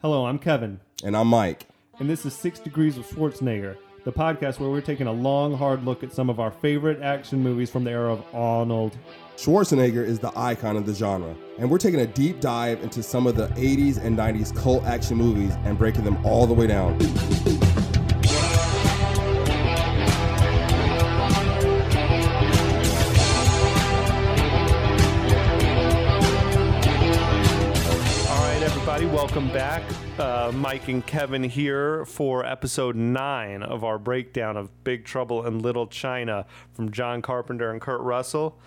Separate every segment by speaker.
Speaker 1: Hello, I'm Kevin,
Speaker 2: And I'm Mike.
Speaker 1: and this is Six Degrees of Schwarzenegger, the podcast where we're taking a long, hard look at some of our favorite action movies from the era of Arnold.
Speaker 2: Schwarzenegger is the icon of the genre, and we're taking a deep dive into some of the 80s and 90s cult action movies and breaking them all the way down.
Speaker 3: All right, everybody, welcome back. Uh, Mike and Kevin here for episode nine of our breakdown of Big Trouble in Little China from John Carpenter and Kurt Russell.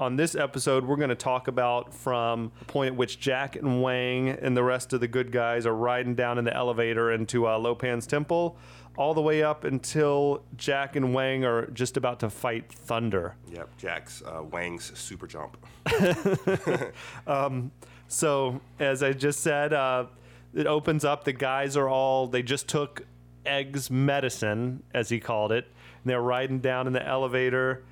Speaker 3: On this episode, we're going to talk about from the point at which Jack and Wang and the rest of the good guys are riding down in the elevator into uh, Lopan's temple, all the way up until Jack and Wang are just about to fight Thunder.
Speaker 4: Yep, Jack's uh, Wang's super jump.
Speaker 3: So, as I just said, uh, it opens up. The guys are all, they just took Egg's medicine, as he called it, and they're riding down in the elevator.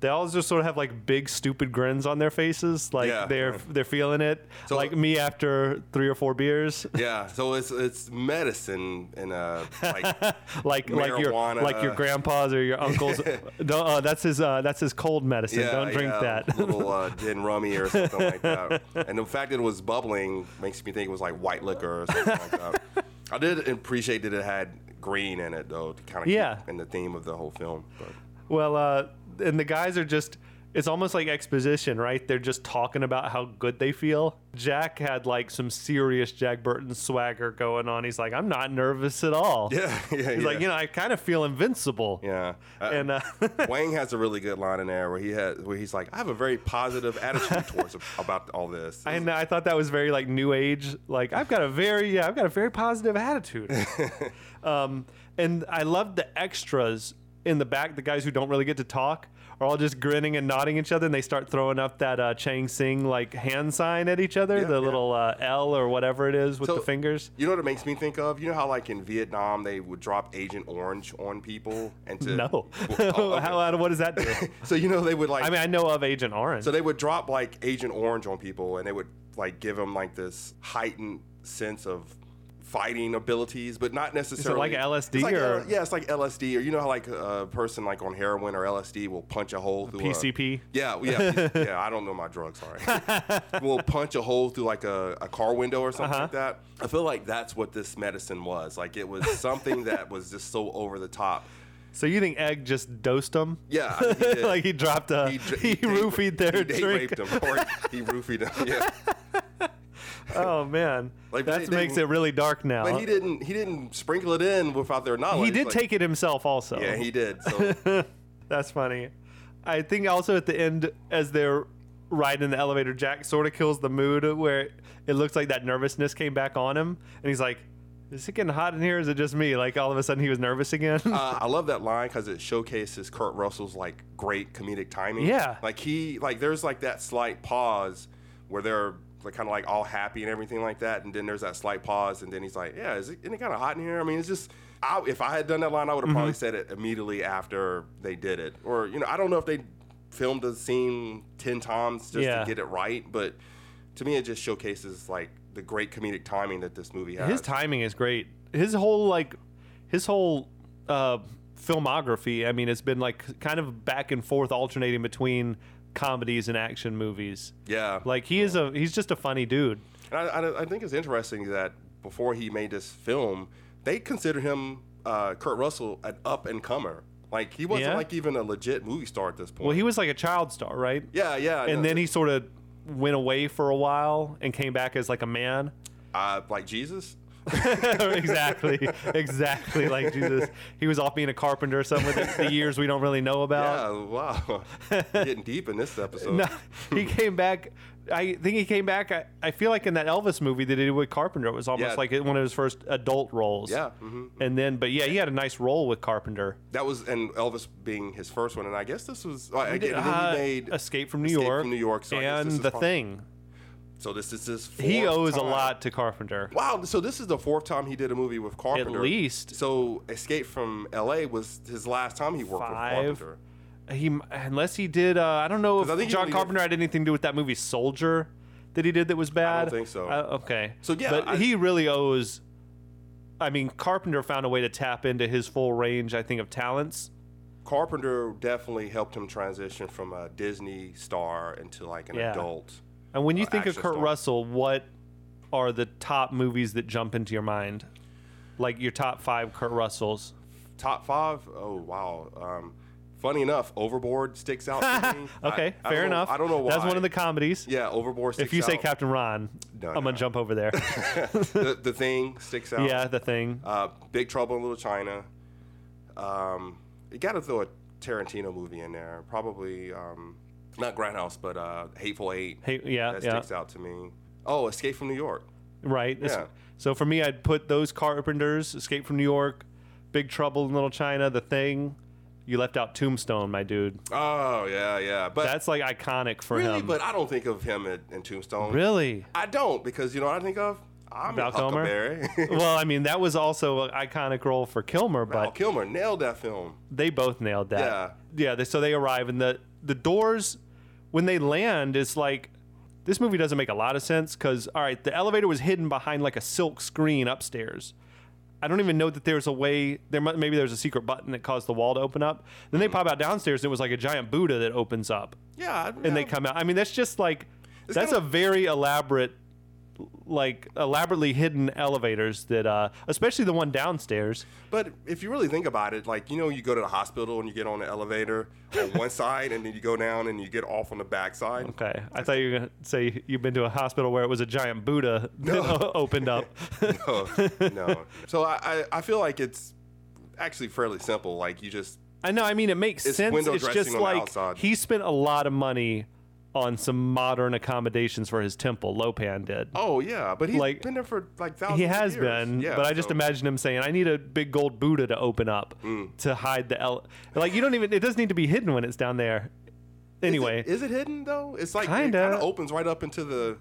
Speaker 3: They all just sort of have like big stupid grins on their faces, like
Speaker 4: Yeah.
Speaker 3: they're they're feeling it,
Speaker 4: So-
Speaker 3: like me after three or four beers,
Speaker 4: Yeah, so it's it's medicine and uh like
Speaker 3: like like your
Speaker 4: Marijuana.
Speaker 3: like your grandpa's or your uncle's. Don't- uh, that's his uh, that's his cold medicine.
Speaker 4: yeah,
Speaker 3: Don't drink
Speaker 4: yeah,
Speaker 3: that.
Speaker 4: little uh, gin rummy or something like that. And the fact that it was bubbling makes me think it was like white liquor or something like that. I did appreciate that it had green in it though, to kind of
Speaker 3: Yeah.
Speaker 4: in the theme of the whole film. But
Speaker 3: Well, uh, and the guys are just. It's almost like exposition, right? They're just talking about how good they feel. Jack had like some serious Jack Burton swagger going on. He's like, I'm not nervous at all.
Speaker 4: yeah, yeah,
Speaker 3: He's like, you know, I kind of feel invincible.
Speaker 4: yeah. Uh,
Speaker 3: And uh,
Speaker 4: Wang has a really good line in there where he had where he's like, I have a very positive attitude towards about all this.
Speaker 3: I, know, I thought that was very like new age. Like I've got a very yeah, I've got a very positive attitude. um, and I love the extras in the back. The guys who don't really get to talk are all just grinning and nodding each other, and they start throwing up that uh, Chang Sing like hand sign at each other, the
Speaker 4: yeah.
Speaker 3: little uh, L or whatever it is with
Speaker 4: So-
Speaker 3: the fingers.
Speaker 4: You know what it makes me think of? You know how like in Vietnam they would drop Agent Orange on people and to
Speaker 3: No,
Speaker 4: Well, oh, okay.
Speaker 3: how what does that do?
Speaker 4: so you know they would like
Speaker 3: I mean, I know of Agent Orange.
Speaker 4: so they would drop like Agent Orange on people and they would like give them like this heightened sense of fighting abilities, but not necessarily
Speaker 3: LSD
Speaker 4: It's like
Speaker 3: or-
Speaker 4: L- yeah, it's like LSD or you know how like uh, a person like on heroin or LSD will punch a hole through a-
Speaker 3: PCP.
Speaker 4: yeah, yeah, yeah. I don't know my drugs. Sorry. we'll punch a hole through like a, a car window or
Speaker 3: Uh-huh.
Speaker 4: something like that. I feel like that's what this medicine was. Like it was something that was just so over the top.
Speaker 3: So you think Egg just dosed them?
Speaker 4: Yeah, I mean, he did.
Speaker 3: like he dropped a he,
Speaker 4: dr- date-
Speaker 3: roofied their
Speaker 4: he date
Speaker 3: drink.
Speaker 4: raped him, or he roofied him. Yeah,
Speaker 3: Oh man,
Speaker 4: Like,
Speaker 3: that
Speaker 4: they- they-
Speaker 3: makes it really dark now.
Speaker 4: but he didn't. He didn't sprinkle it in without their knowledge.
Speaker 3: Uh-huh. He did
Speaker 4: Like,
Speaker 3: take it himself, also.
Speaker 4: Yeah, he did. So
Speaker 3: That's funny. I think also at the end, as they're riding in the elevator, Jack sort of kills the mood where it looks like that nervousness came back on him, and he's like, "Is it getting hot in here? Is it just me?" Like all of a sudden, he was nervous again.
Speaker 4: Uh, I love that line because it showcases Kurt Russell's like great comedic timing.
Speaker 3: Yeah.
Speaker 4: like he like there's like that slight pause where they're like kind of like all happy and everything like that, and then there's that slight pause, and then he's like, "Yeah, is it, isn't it kind of hot in here?" I mean, it's just I, if I had done that line, I would have
Speaker 3: Mm-hmm.
Speaker 4: probably said it immediately after they did it, or you know, I don't know if they filmed the scene ten times just
Speaker 3: Yeah.
Speaker 4: to get it right, but to me, it just showcases like the great comedic timing that this movie has.
Speaker 3: His timing is great. His whole like, his whole uh, filmography. I mean, it's been like kind of back and forth, alternating between comedies and action movies.
Speaker 4: yeah,
Speaker 3: Like he is a he's just a funny dude.
Speaker 4: And I, I, I think it's interesting that before he made this film, they considered him, uh, Kurt Russell, an up and comer. Like he wasn't
Speaker 3: Yeah?
Speaker 4: like even a legit movie star at this point.
Speaker 3: Well, he was like a child star, right?
Speaker 4: yeah, yeah.
Speaker 3: And then he sort of went away for a while and came back as like a man.
Speaker 4: uh, like Jesus.
Speaker 3: Uh, exactly, exactly like Jesus. He was off being a carpenter somewhere that the years we don't really know about.
Speaker 4: Yeah, wow. Getting deep in this episode.
Speaker 3: No, he came back. I think he came back. I, I feel like in that Elvis movie that he did with Carpenter, it was almost
Speaker 4: Yeah.
Speaker 3: like one of his first adult roles.
Speaker 4: Yeah, mhm.
Speaker 3: And then, but yeah, he had a nice role with Carpenter.
Speaker 4: That was and Elvis being his first one, and I guess this was. I
Speaker 3: He
Speaker 4: again,
Speaker 3: did,
Speaker 4: and then
Speaker 3: uh,
Speaker 4: he made
Speaker 3: Escape from New
Speaker 4: Escape
Speaker 3: York,
Speaker 4: from New York, so I guess
Speaker 3: and
Speaker 4: this is
Speaker 3: The
Speaker 4: fun.
Speaker 3: Thing.
Speaker 4: So this is his. Fourth
Speaker 3: He owes a
Speaker 4: time.
Speaker 3: lot to Carpenter.
Speaker 4: Wow, so this is the fourth time he did a movie with Carpenter.
Speaker 3: least.
Speaker 4: So Escape from L.A. was his last time he worked
Speaker 3: Five.
Speaker 4: with Carpenter.
Speaker 3: He unless he did, uh, I don't know if
Speaker 4: 'Cause I think he
Speaker 3: John
Speaker 4: only did-
Speaker 3: Carpenter had anything to do with that movie Soldier that he did that was bad.
Speaker 4: think so.
Speaker 3: I- okay,
Speaker 4: So, yeah,
Speaker 3: but
Speaker 4: I-
Speaker 3: he really owes I mean, Carpenter found a way to tap into his full range, I think, of talents.
Speaker 4: Carpenter definitely helped him transition from a Disney star into like an
Speaker 3: Yeah.
Speaker 4: adult.
Speaker 3: And when you
Speaker 4: Uh,
Speaker 3: think of
Speaker 4: action
Speaker 3: Kurt
Speaker 4: star.
Speaker 3: Russell, what are the top movies that jump into your mind? Like your top five Kurt Russells.
Speaker 4: Top five? Oh wow. Um, funny enough, Overboard sticks out. to me. I-
Speaker 3: Okay,
Speaker 4: I don't
Speaker 3: fair
Speaker 4: know-
Speaker 3: enough.
Speaker 4: I don't know why.
Speaker 3: That's one of the comedies.
Speaker 4: Yeah, Overboard. Sticks
Speaker 3: if you say
Speaker 4: out.
Speaker 3: Captain Ron,
Speaker 4: No,
Speaker 3: I'm
Speaker 4: no.
Speaker 3: gonna jump over there.
Speaker 4: the, the thing sticks out.
Speaker 3: yeah, the thing.
Speaker 4: Uh, Big Trouble in Little China. Um, you got to throw a Tarantino movie in there. Probably um, not Grindhouse, but uh, Hateful Eight.
Speaker 3: Hey, yeah,
Speaker 4: that
Speaker 3: yeah,
Speaker 4: sticks out to me. Oh, Escape from New York.
Speaker 3: right. It's-
Speaker 4: Yeah.
Speaker 3: So for me, I'd put those Carpenters, Escape from New York, Big Trouble in Little China, The Thing. You left out Tombstone, my dude.
Speaker 4: Oh yeah, yeah. But
Speaker 3: That's like iconic for
Speaker 4: really,
Speaker 3: him.
Speaker 4: but I don't think of him in, in Tombstone.
Speaker 3: really?
Speaker 4: I don't because you know what I think of I'm
Speaker 3: Val Kilmer?
Speaker 4: Huckleberry.
Speaker 3: well, I mean, that was also an iconic role for Kilmer,
Speaker 4: Val
Speaker 3: but
Speaker 4: Kilmer nailed that film.
Speaker 3: they both nailed that.
Speaker 4: Yeah.
Speaker 3: Yeah. They, so they arrive, and the the doors when they land, it's like this movie doesn't make a lot of sense because all right, the elevator was hidden behind like a silk screen upstairs. I don't even know that there's a way. There mu- maybe there's a secret button that caused the wall to open up. Then
Speaker 4: Hmm.
Speaker 3: they pop out downstairs. And it was like a giant Buddha that opens up,
Speaker 4: Yeah, I-
Speaker 3: and they
Speaker 4: yeah.
Speaker 3: come out. I mean, that's just like that's
Speaker 4: kinda-
Speaker 3: a very elaborate, like elaborately hidden elevators that, uh especially the one downstairs.
Speaker 4: But if you really think about it, like you know, you go to the hospital and you get on the elevator on one side, and then you go down and you get off on the back side.
Speaker 3: Okay, I thought you were gonna say you've been to a hospital where it was a giant Buddha that o- opened up.
Speaker 4: Oh, no. So I, I, I feel like it's actually fairly simple. Like you just
Speaker 3: I know. I mean, it makes
Speaker 4: It's
Speaker 3: sense.
Speaker 4: window
Speaker 3: It's
Speaker 4: dressing
Speaker 3: just
Speaker 4: on the
Speaker 3: like
Speaker 4: outside.
Speaker 3: he spent a lot of money on some modern accommodations for his temple. Lopan did.
Speaker 4: oh yeah, but he's
Speaker 3: Like,
Speaker 4: been there for like thousands.
Speaker 3: he
Speaker 4: of
Speaker 3: has
Speaker 4: years.
Speaker 3: been,
Speaker 4: Yeah,
Speaker 3: but I just
Speaker 4: so- Hmm.
Speaker 3: imagine him saying, "I need a big gold Buddha to open up to hide the ele-. like." You don't even. It doesn't need to be hidden when it's down there. Anyway,
Speaker 4: Is it hidden though? It's like
Speaker 3: Kinda.
Speaker 4: it kind of opens right up into the.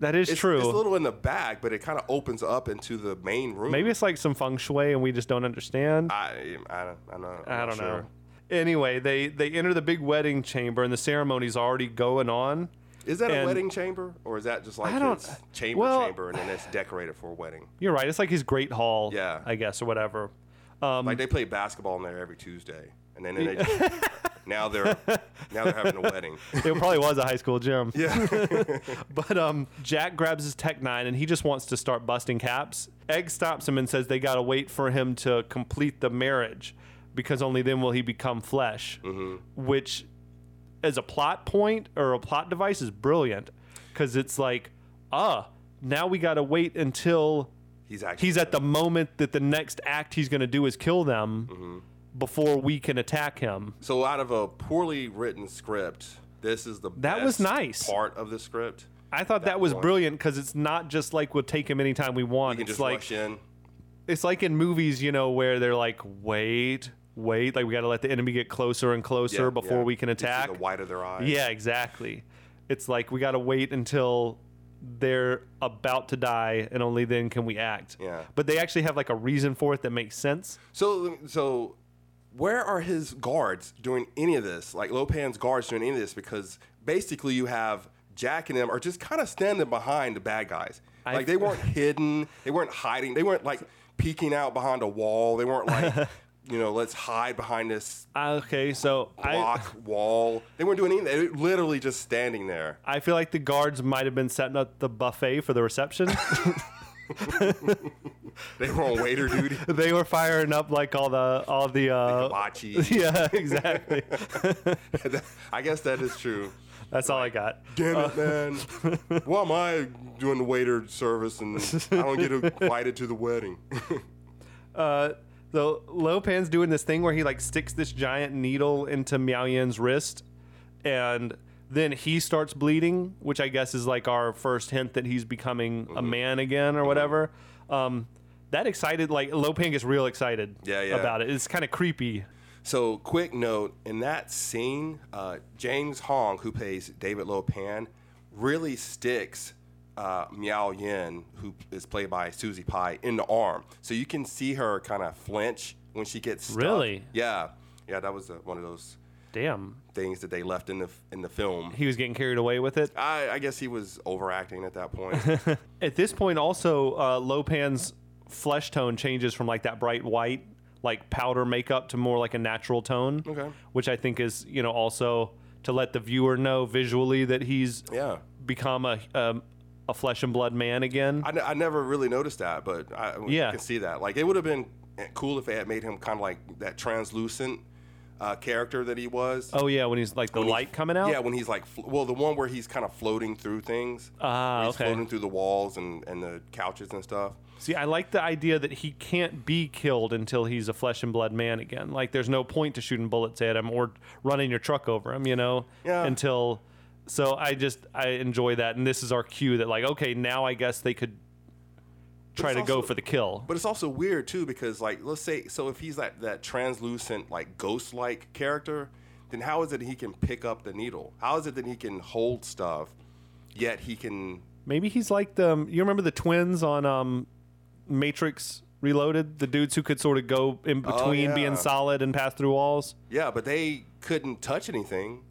Speaker 3: that is
Speaker 4: It's
Speaker 3: true.
Speaker 4: It's a little in the back, but it kind of opens up into the main room.
Speaker 3: Maybe it's like some feng shui and we just don't understand.
Speaker 4: I I don't I don't, know. I'm
Speaker 3: I
Speaker 4: not
Speaker 3: don't
Speaker 4: sure.
Speaker 3: know. Anyway, they they enter the big wedding chamber and the ceremony's already going on.
Speaker 4: Is that
Speaker 3: And-
Speaker 4: a wedding chamber or is that just like
Speaker 3: I don't-
Speaker 4: his chamber
Speaker 3: well-
Speaker 4: chamber and then it's decorated for a wedding?
Speaker 3: You're right. It's like his great hall.
Speaker 4: Yeah.
Speaker 3: I guess or whatever. Um,
Speaker 4: Like they play basketball in there every Tuesday, and then, then they just, now they're now they're having a wedding.
Speaker 3: it probably was a high school gym.
Speaker 4: Yeah.
Speaker 3: But um, Jack grabs his Tech Nine and he just wants to start busting caps. Egg stops him and says they gotta wait for him to complete the marriage because only then will he become flesh.
Speaker 4: Mm-hmm.
Speaker 3: Which, as a plot point or a plot device, is brilliant because it's like, ah, now we gotta wait until
Speaker 4: He's actually
Speaker 3: he's at the moment that the next act he's gonna do is kill them
Speaker 4: Mm-hmm.
Speaker 3: before we can attack him.
Speaker 4: So out of a poorly written script, this is the
Speaker 3: That was
Speaker 4: best
Speaker 3: nice.
Speaker 4: part of the script.
Speaker 3: I thought that, was
Speaker 4: point.
Speaker 3: brilliant because it's not just like we'll take him anytime we want.
Speaker 4: You
Speaker 3: it's
Speaker 4: can just
Speaker 3: like
Speaker 4: rush in.
Speaker 3: it's like in movies, you know, where they're like, wait, wait, like we got to let the enemy get closer and closer
Speaker 4: Yeah,
Speaker 3: before
Speaker 4: yeah.
Speaker 3: we can
Speaker 4: You see
Speaker 3: attack.
Speaker 4: The white of their eyes.
Speaker 3: Yeah, exactly. It's like we got to wait until they're about to die, and only then can we act.
Speaker 4: Yeah.
Speaker 3: But they actually have like a reason for it that makes sense.
Speaker 4: So so where are his guards doing any of this? Like Lopan's guards doing any of this because basically you have Jack and them are just kind of standing behind the bad guys.
Speaker 3: I've-
Speaker 4: like they weren't hidden, they weren't hiding, they weren't like peeking out behind a wall. They weren't like, you know, let's hide behind this
Speaker 3: Ah, Okay, so I
Speaker 4: block wall. They weren't doing anything. They were literally just standing there.
Speaker 3: I feel like the guards might have been setting up the buffet for the reception.
Speaker 4: They were on waiter duty.
Speaker 3: they were firing up like all the all the uh,
Speaker 4: Hibachi.
Speaker 3: yeah, exactly.
Speaker 4: I guess that is true.
Speaker 3: That's all I got.
Speaker 4: Damn it, man. Why am I doing the waiter service and I don't get invited to the wedding?
Speaker 3: Uh, so Lopan's doing this thing where he like sticks this giant needle into Miao Yan's wrist, and then he starts bleeding, which I guess is like our first hint that he's becoming
Speaker 4: Mm-hmm.
Speaker 3: a man again or whatever. Um, that excited, like Lopan gets real excited
Speaker 4: Yeah, yeah.
Speaker 3: about it. It's kind of creepy.
Speaker 4: so, quick note in that scene, uh, James Hong, who plays David Lopan, really sticks uh, Miao Yin, who is played by Susie Pye, in the arm. So you can see her kind of flinch when she gets stuck.
Speaker 3: Really?
Speaker 4: Yeah. Yeah, that was uh, one of those
Speaker 3: Damn,
Speaker 4: things that they left in the in the film.
Speaker 3: he was getting carried away with it.
Speaker 4: I, I guess he was overacting at that point.
Speaker 3: At this point, also uh, Lopan's flesh tone changes from like that bright white, like powder makeup to more like a natural tone.
Speaker 4: Okay.
Speaker 3: Which I think is, you know, also to let the viewer know visually that he's
Speaker 4: Yeah.
Speaker 3: become a, a, a flesh and blood man again.
Speaker 4: I, ne- I never really noticed that, but I
Speaker 3: Yeah.
Speaker 4: you can see that. Like it would have been eh, cool if they had made him kind of like that translucent uh, character that he was.
Speaker 3: oh, yeah, when he's like the
Speaker 4: When he-
Speaker 3: light coming out?
Speaker 4: Yeah, when he's like, fl- well, the one where he's kind of floating through things.
Speaker 3: Ah,
Speaker 4: Where he's
Speaker 3: okay.
Speaker 4: floating through the walls and, and the couches and stuff.
Speaker 3: See, I like the idea that he can't be killed until he's a flesh and blood man again. Like, there's no point to shooting bullets at him or running your truck over him, you know?
Speaker 4: Yeah.
Speaker 3: Until. So I just, I enjoy that. And this is our cue that, like, okay, now I guess they could try
Speaker 4: it's
Speaker 3: to go
Speaker 4: also-
Speaker 3: for the kill.
Speaker 4: But it's also weird too because like let's say so if he's that that translucent like ghost like character, then how is it he can pick up the needle? How is it that he can hold stuff, yet he can?
Speaker 3: Maybe he's like the, um, you remember the twins on um, Matrix Reloaded? The dudes who could sort of go in between
Speaker 4: Oh, yeah.
Speaker 3: being solid and pass through walls?
Speaker 4: Yeah, but they couldn't touch anything.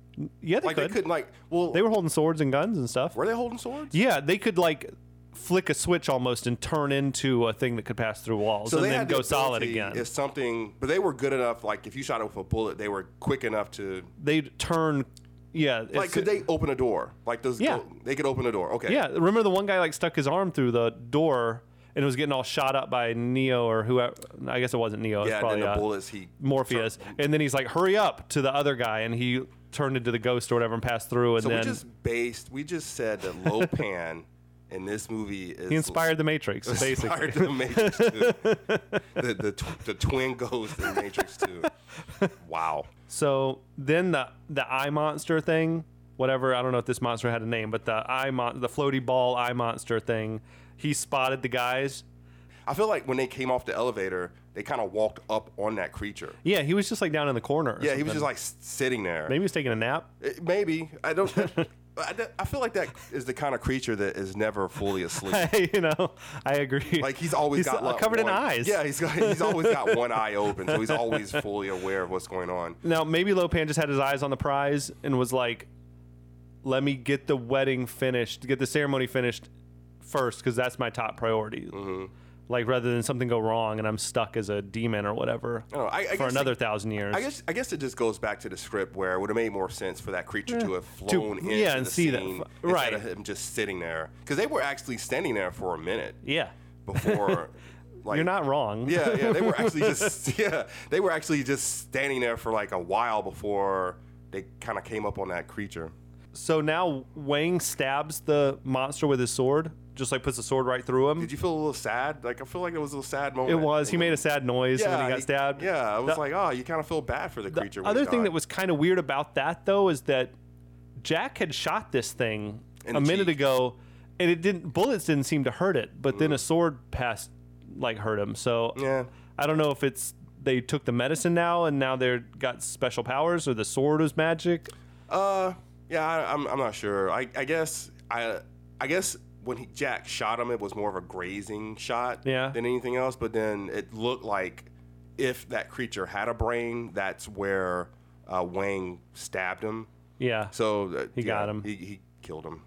Speaker 3: Yeah, they
Speaker 4: Like
Speaker 3: could.
Speaker 4: they couldn't like well
Speaker 3: They were holding swords and guns and stuff.
Speaker 4: were they holding swords?
Speaker 3: Yeah, they could like flick a switch almost and turn into a thing that could pass through walls and then go solid
Speaker 4: ability
Speaker 3: again.
Speaker 4: If something, but they were good enough. Like if you shot it with a bullet, they were quick enough to
Speaker 3: They'd turn yeah,
Speaker 4: like.
Speaker 3: it's-
Speaker 4: Could they open a door? Like those?
Speaker 3: Yeah.
Speaker 4: they could open a door. Okay.
Speaker 3: Yeah, remember the one guy like stuck his arm through the door and was getting all shot up by Neo or whoever I guess it wasn't Neo, it's
Speaker 4: Yeah. And then
Speaker 3: probably
Speaker 4: the
Speaker 3: uh,
Speaker 4: bullets. He
Speaker 3: Morpheus. And then he's like, Hurry up to the other guy and he turned into the ghost or whatever and passed through and
Speaker 4: So
Speaker 3: then
Speaker 4: we just based, we just said that Lopan in this movie is
Speaker 3: he inspired the Matrix, basically.
Speaker 4: inspired the Matrix 2. the, the, tw- the twin ghost in Matrix 2. Wow.
Speaker 3: So then the the eye monster thing, whatever I don't know if this monster had a name, but the eye mon- the floaty ball eye monster thing, he spotted the guys.
Speaker 4: I feel like when they came off the elevator, they kind of walked up on that creature.
Speaker 3: Yeah, he was just like down in the corner. or
Speaker 4: Yeah, he
Speaker 3: something.
Speaker 4: was just like s- sitting there.
Speaker 3: maybe he was taking a nap.
Speaker 4: It- Uh, Maybe. I don't. I, don't- I feel like that is the kind of creature that is never fully asleep.
Speaker 3: you know, I agree.
Speaker 4: Like he's always got
Speaker 3: uh,
Speaker 4: like,
Speaker 3: covered in
Speaker 4: one-
Speaker 3: eyes.
Speaker 4: Yeah, he's got he's always got one eye open, so he's always fully aware of what's going on.
Speaker 3: Now maybe Lopan just had his eyes on the prize and was like, "Let me get the wedding finished, get the ceremony finished first, because that's my top priority."
Speaker 4: Mm-hmm.
Speaker 3: Like rather than something go wrong and I'm stuck as a demon or whatever
Speaker 4: don't know, Oh, I- I
Speaker 3: for
Speaker 4: guess
Speaker 3: another
Speaker 4: it-
Speaker 3: thousand years.
Speaker 4: I guess I guess it just goes back to the script where it would have made more sense for that creature to have
Speaker 3: To-
Speaker 4: flown into
Speaker 3: yeah, and
Speaker 4: the
Speaker 3: see that
Speaker 4: scene
Speaker 3: f-
Speaker 4: instead
Speaker 3: right.
Speaker 4: of him just sitting there because they were actually standing there for a minute
Speaker 3: yeah,
Speaker 4: before. like,
Speaker 3: you're not wrong.
Speaker 4: Yeah, yeah, they were actually just yeah they were actually just standing there for like a while before they kind of came up on that creature.
Speaker 3: So now Wang stabs the monster with his sword, just like puts the sword right through him.
Speaker 4: Did you feel a little sad? Like I feel like it was a little sad moment.
Speaker 3: it was. He made a sad noise and then he got stabbed.
Speaker 4: Yeah, I was
Speaker 3: The-
Speaker 4: like, oh, you kind of feel bad for the, creature. when he
Speaker 3: Other thing
Speaker 4: died.
Speaker 3: that was kind of weird about that though is that Jack had shot this thing
Speaker 4: In
Speaker 3: a
Speaker 4: the
Speaker 3: minute
Speaker 4: cheek.
Speaker 3: ago, and it didn't. Bullets didn't seem to hurt it, but then a sword passed, like hurt him. So
Speaker 4: Mm. Yeah.
Speaker 3: I don't know if it's they took the medicine now and now they're got special powers or the sword was magic.
Speaker 4: Uh, yeah, I, I'm, I'm not sure. I, I guess I I guess when he, Jack shot him, it was more of a grazing shot
Speaker 3: Yeah.
Speaker 4: than anything else. But then it looked like if that creature had a brain, that's where uh, Wang stabbed him.
Speaker 3: Yeah.
Speaker 4: So uh,
Speaker 3: He
Speaker 4: yeah,
Speaker 3: got him.
Speaker 4: He, he killed him.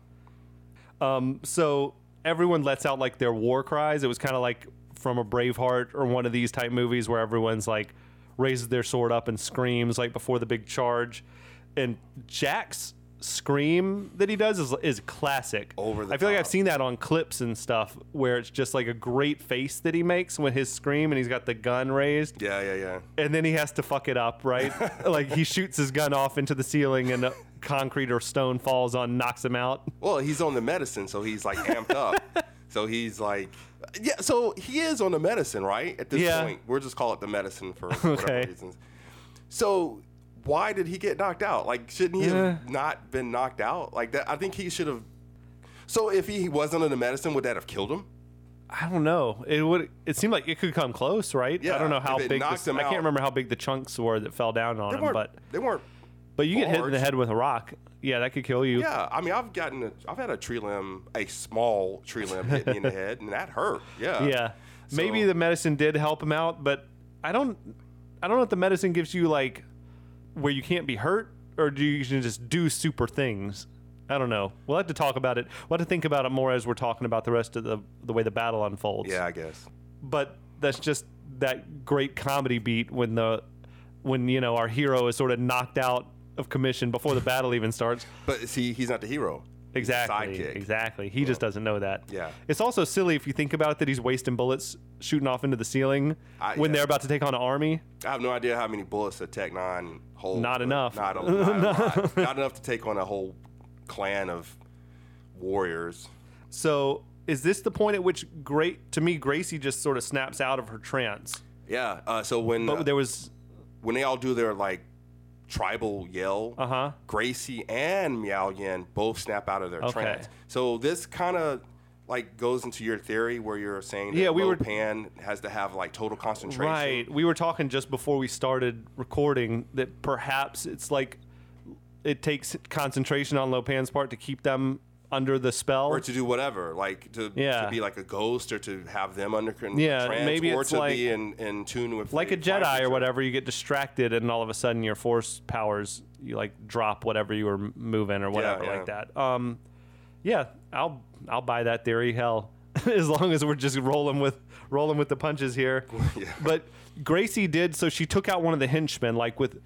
Speaker 3: Um, so everyone lets out like their war cries. It was kind of like from a Braveheart or one of these type movies where everyone's like raises their sword up and screams like before the big charge. And Jack's scream that he does is is classic.
Speaker 4: Over the
Speaker 3: I feel like
Speaker 4: top.
Speaker 3: I've seen that on clips and stuff where it's just like a great face that he makes when his scream and he's got the gun raised
Speaker 4: Yeah, yeah, yeah.
Speaker 3: and then he has to fuck it up, right? like he shoots his gun off into the ceiling and uh, concrete or stone falls on knocks him out.
Speaker 4: Well, he's on the medicine, so he's like amped up. So he's like, yeah. So he is on the medicine, right? At this
Speaker 3: Yeah.
Speaker 4: point, we'll just call it the medicine for whatever
Speaker 3: Okay.
Speaker 4: reasons. So why did he get knocked out? Like, shouldn't he
Speaker 3: Yeah.
Speaker 4: have not been knocked out? Like that, I think he should have. So if he wasn't on the medicine, would that have killed him?
Speaker 3: I don't know. It would. It seemed like it could come close, right? I
Speaker 4: Yeah,
Speaker 3: don't know how
Speaker 4: if it
Speaker 3: big.
Speaker 4: knocked
Speaker 3: This, I
Speaker 4: him
Speaker 3: can't
Speaker 4: out-
Speaker 3: remember how big the chunks were that fell down on
Speaker 4: They
Speaker 3: him,
Speaker 4: weren't.
Speaker 3: but
Speaker 4: they weren't.
Speaker 3: but you get hit in the
Speaker 4: large.
Speaker 3: head with a rock. Yeah, that could kill you.
Speaker 4: Yeah, I mean, I've gotten, a, I've had a tree limb, a small tree limb hit me in the head, and that hurt. Yeah.
Speaker 3: Yeah. Maybe
Speaker 4: So-
Speaker 3: the medicine did help him out, but I don't. I don't know if the medicine gives you like where you can't be hurt, or do you can just do super things. I don't know. We'll have to talk about it. We'll have to think about it more as we're talking about the rest of the the way the battle unfolds.
Speaker 4: Yeah, I guess.
Speaker 3: but that's just that great comedy beat when the when you know our hero is sort of knocked out of commission before the battle even starts.
Speaker 4: But see, he's not the hero. He's the
Speaker 3: Exactly.
Speaker 4: Sidekick.
Speaker 3: Exactly. He just doesn't know that.
Speaker 4: Yeah.
Speaker 3: It's also silly if you think about it that he's wasting bullets shooting off into the ceiling
Speaker 4: I-
Speaker 3: when
Speaker 4: yeah.
Speaker 3: they're about to take on an army.
Speaker 4: I have no idea how many bullets a Tech Nine holds.
Speaker 3: Not
Speaker 4: but
Speaker 3: enough.
Speaker 4: Not, a, not, a lot. Not enough to take on a whole clan of warriors.
Speaker 3: So is this the point at which great to me Gracie just sort of snaps out of her trance?
Speaker 4: Yeah. Uh, so when
Speaker 3: But there was
Speaker 4: when they all do their like tribal yell,
Speaker 3: uh huh.
Speaker 4: Gracie and Miao Yin both snap out of their
Speaker 3: Okay.
Speaker 4: trance. So this kind of like goes into your theory where you're saying that
Speaker 3: Yeah, we
Speaker 4: Lo
Speaker 3: were-
Speaker 4: Pan has to have like total concentration.
Speaker 3: Right. We were talking just before we started recording that perhaps it's like it takes concentration on Lopan's part to keep them under the spell.
Speaker 4: Or to do whatever, like to,
Speaker 3: Yeah.
Speaker 4: to be like a ghost, or to have them under con-
Speaker 3: Yeah,
Speaker 4: trance,
Speaker 3: maybe
Speaker 4: or
Speaker 3: it's
Speaker 4: to
Speaker 3: like-
Speaker 4: be in, in tune with
Speaker 3: like a
Speaker 4: the fire
Speaker 3: Jedi or
Speaker 4: control.
Speaker 3: whatever, you get distracted and all of a sudden your force powers you like drop whatever you were m- moving or whatever
Speaker 4: yeah.
Speaker 3: like that. Um yeah, I'll I'll buy that theory hell as long as we're just rolling with rolling with the punches here. But Gracie did so she took out one of the henchmen like with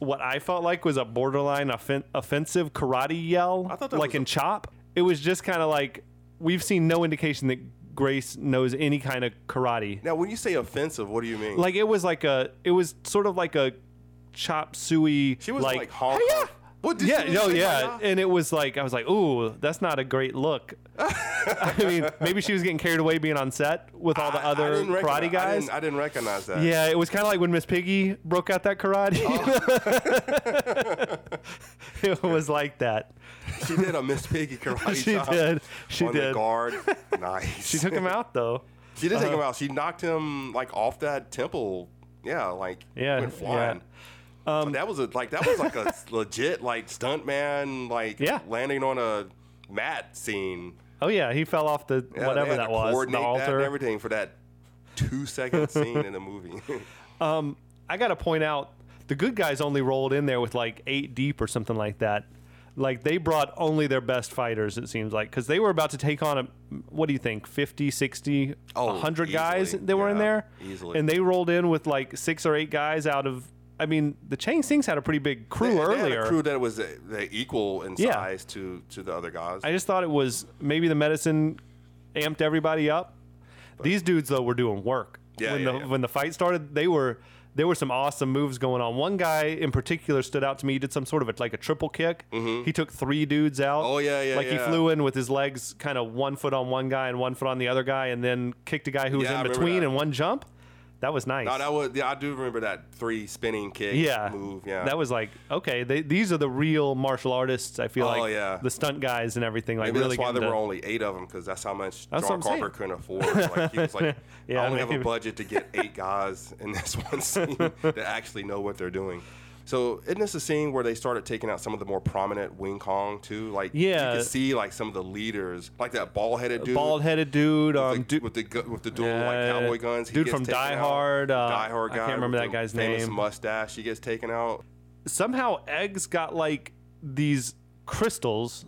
Speaker 3: what I felt like was a borderline offen- offensive karate yell
Speaker 4: I thought that
Speaker 3: like
Speaker 4: was
Speaker 3: in
Speaker 4: a-
Speaker 3: Chop. It was just kind of like we've seen no indication that Grace knows any kind of karate
Speaker 4: Now, when you say offensive, what do you mean?
Speaker 3: like it was like a it was sort of like a chop suey
Speaker 4: she was like,
Speaker 3: like,
Speaker 4: Hong Kong. What did she
Speaker 3: yeah
Speaker 4: really
Speaker 3: no
Speaker 4: say,
Speaker 3: yeah
Speaker 4: Maya?
Speaker 3: and it was like i was like ooh that's not a great look i mean maybe she was getting carried away being on set with all the
Speaker 4: I- I
Speaker 3: other
Speaker 4: didn't recogni-
Speaker 3: karate
Speaker 4: I
Speaker 3: guys
Speaker 4: didn't, I didn't recognize that.
Speaker 3: yeah it was kind of like when miss piggy broke out that karate
Speaker 4: Oh.
Speaker 3: it was like that
Speaker 4: she did a Miss Piggy karate
Speaker 3: She
Speaker 4: chop
Speaker 3: did. She
Speaker 4: on the
Speaker 3: did.
Speaker 4: guard. Nice.
Speaker 3: she took him out though
Speaker 4: She did take
Speaker 3: Uh-huh.
Speaker 4: him out. She knocked him like off that temple. Yeah, like
Speaker 3: Yeah,
Speaker 4: yeah, went flying. Um, that was a like that was like a s- legit like stuntman like
Speaker 3: Yeah.
Speaker 4: landing on a mat scene.
Speaker 3: oh yeah he fell off the
Speaker 4: Yeah, they
Speaker 3: whatever
Speaker 4: had to
Speaker 3: that was the
Speaker 4: coordinate that and
Speaker 3: altar
Speaker 4: everything for that two second scene in the movie.
Speaker 3: Um, I gotta point out the good guys only rolled in there with like eight deep or something like that. Like they brought only their best fighters, it seems like, because they were about to take on a what do you think, 50, 60,
Speaker 4: Oh,
Speaker 3: 100 guys
Speaker 4: easily.
Speaker 3: that were in
Speaker 4: Yeah,
Speaker 3: there,
Speaker 4: easily.
Speaker 3: and they rolled in with like six or eight guys out of. I mean, the Chang Sings had a pretty big crew
Speaker 4: They- they had a
Speaker 3: earlier.
Speaker 4: crew that was uh, they equal in
Speaker 3: Yeah.
Speaker 4: size to to the other guys.
Speaker 3: I just thought it was maybe the medicine amped everybody up. These dudes though were doing work.
Speaker 4: Yeah,
Speaker 3: when
Speaker 4: yeah,
Speaker 3: the
Speaker 4: yeah.
Speaker 3: when the fight started, they were there were some awesome moves going on. One guy in particular stood out to me. He did some sort of a, like a triple kick. He took three dudes out.
Speaker 4: Mm-hmm. Oh, yeah, yeah,
Speaker 3: Like he
Speaker 4: yeah.
Speaker 3: flew in with his legs, kind of one foot on one guy and one foot on the other guy, and then kicked a guy who was
Speaker 4: Yeah,
Speaker 3: in
Speaker 4: I remember
Speaker 3: between
Speaker 4: that.
Speaker 3: in one jump. That was nice.
Speaker 4: No, that was yeah, I do remember that three spinning kick
Speaker 3: yeah,
Speaker 4: move. Yeah,
Speaker 3: That was like okay. They, these are the real martial artists. I feel
Speaker 4: Oh,
Speaker 3: like
Speaker 4: yeah.
Speaker 3: the stunt guys and everything. Like
Speaker 4: Maybe
Speaker 3: really
Speaker 4: that's why
Speaker 3: getting
Speaker 4: there
Speaker 3: to-
Speaker 4: were only eight of them because that's how much
Speaker 3: That's
Speaker 4: John
Speaker 3: what I'm
Speaker 4: Carper couldn't afford. Like he was like,
Speaker 3: Yeah,
Speaker 4: I only have
Speaker 3: maybe.
Speaker 4: a budget to get eight guys in this one scene that actually know what they're doing. So isn't this a scene where they started taking out some of the more prominent Wing Kong too? Like
Speaker 3: Yeah.
Speaker 4: you could see like some of the leaders, like that bald headed dude,
Speaker 3: bald headed dude. Um,
Speaker 4: like,
Speaker 3: du-
Speaker 4: with the gu- with the dual like
Speaker 3: Uh,
Speaker 4: cowboy guns.
Speaker 3: dude from
Speaker 4: taken
Speaker 3: Die
Speaker 4: out.
Speaker 3: Hard, uh,
Speaker 4: Die Hard
Speaker 3: I
Speaker 4: guy.
Speaker 3: can't remember
Speaker 4: with
Speaker 3: that
Speaker 4: the
Speaker 3: guy's
Speaker 4: famous
Speaker 3: name.
Speaker 4: Mustache. He gets taken out.
Speaker 3: somehow Eggs got like these crystals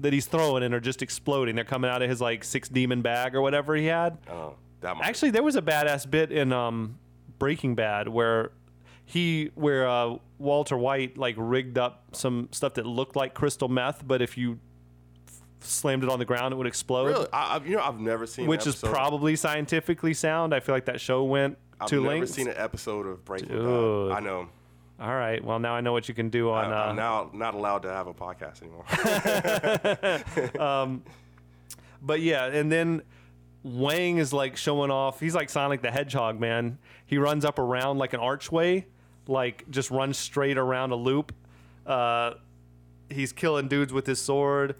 Speaker 3: that he's throwing and are just exploding. They're coming out of his like six demon bag or whatever he had.
Speaker 4: Oh, that might
Speaker 3: Actually, there was a badass bit in um, Breaking Bad where he where uh, Walter White like rigged up some stuff that looked like crystal meth, but if you f- slammed it on the ground, it would explode.
Speaker 4: really. I, I've, you know, I've never seen an
Speaker 3: Which is
Speaker 4: episode-
Speaker 3: probably scientifically sound. I feel like that show went
Speaker 4: I've
Speaker 3: to
Speaker 4: never
Speaker 3: lengths.
Speaker 4: seen an episode of Breaking
Speaker 3: Dude.
Speaker 4: Bad. I know.
Speaker 3: All right. Well, now I know what you can do on.
Speaker 4: I-
Speaker 3: uh,
Speaker 4: I'm now not allowed to have a podcast anymore.
Speaker 3: But yeah, and then Wang is like showing off. He's like Sonic the Hedgehog, man. He runs up around like an archway, like just runs straight around a loop. Uh, he's killing dudes with his sword.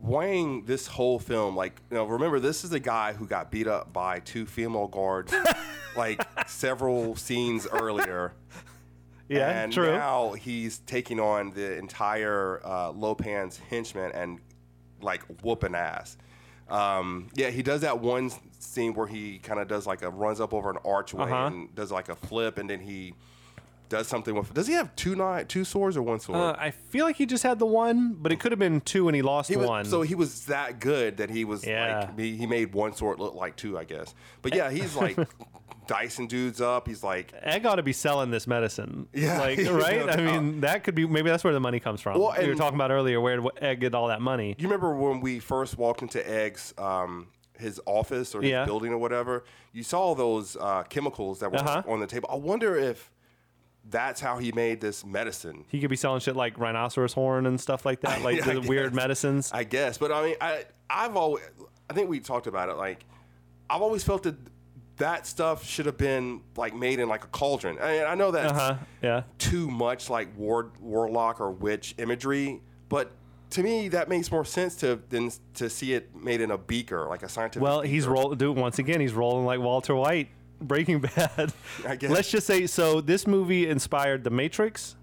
Speaker 4: Wang, this whole film, like, you know, remember, this is a guy who got beat up by two female guards, like, several scenes earlier.
Speaker 3: Yeah,
Speaker 4: and
Speaker 3: true.
Speaker 4: now he's taking on the entire uh, Lopan's henchmen and, like, whooping ass. Um, yeah, he does that one s- scene where he kind of does, like, a runs up over an archway
Speaker 3: Uh-huh.
Speaker 4: and does, like, a flip, and then he does something with. Does he have two knife, two swords or one sword?
Speaker 3: Uh, I feel like he just had the one, but it could have been two, and he lost
Speaker 4: he was,
Speaker 3: one.
Speaker 4: So he was that good that he was
Speaker 3: Yeah. Eh.
Speaker 4: like he, he made one sword look like two, I guess. But yeah, he's like dicing dudes up. He's like
Speaker 3: Egg ought to be selling this medicine.
Speaker 4: Yeah,
Speaker 3: Like,
Speaker 4: no
Speaker 3: right? I
Speaker 4: doubt.
Speaker 3: mean, that could be maybe that's where the money comes from.
Speaker 4: Well,
Speaker 3: we were
Speaker 4: and-
Speaker 3: talking about earlier where did Egg get all that money.
Speaker 4: you remember when we first walked into Egg's um, his office or his
Speaker 3: Yeah.
Speaker 4: building or whatever, you saw those uh, chemicals that were
Speaker 3: Uh-huh.
Speaker 4: on the table. I wonder if that's how he made this medicine.
Speaker 3: He could be selling shit like rhinoceros horn and stuff like that, like
Speaker 4: Yeah, I
Speaker 3: the weird
Speaker 4: guess.
Speaker 3: medicines.
Speaker 4: I guess, but I mean, I I've always I think we talked about it. Like, I've always felt that that stuff should have been like made in like a cauldron. And I know that's
Speaker 3: Uh-huh, yeah.
Speaker 4: too much like war warlock or witch imagery, but to me that makes more sense to than to see it made in a beaker, like a scientific.
Speaker 3: Well, he's
Speaker 4: beaker.
Speaker 3: roll dude once again. He's rolling like Walter White, Breaking Bad.
Speaker 4: I guess.
Speaker 3: Let's just say so. This movie inspired The Matrix,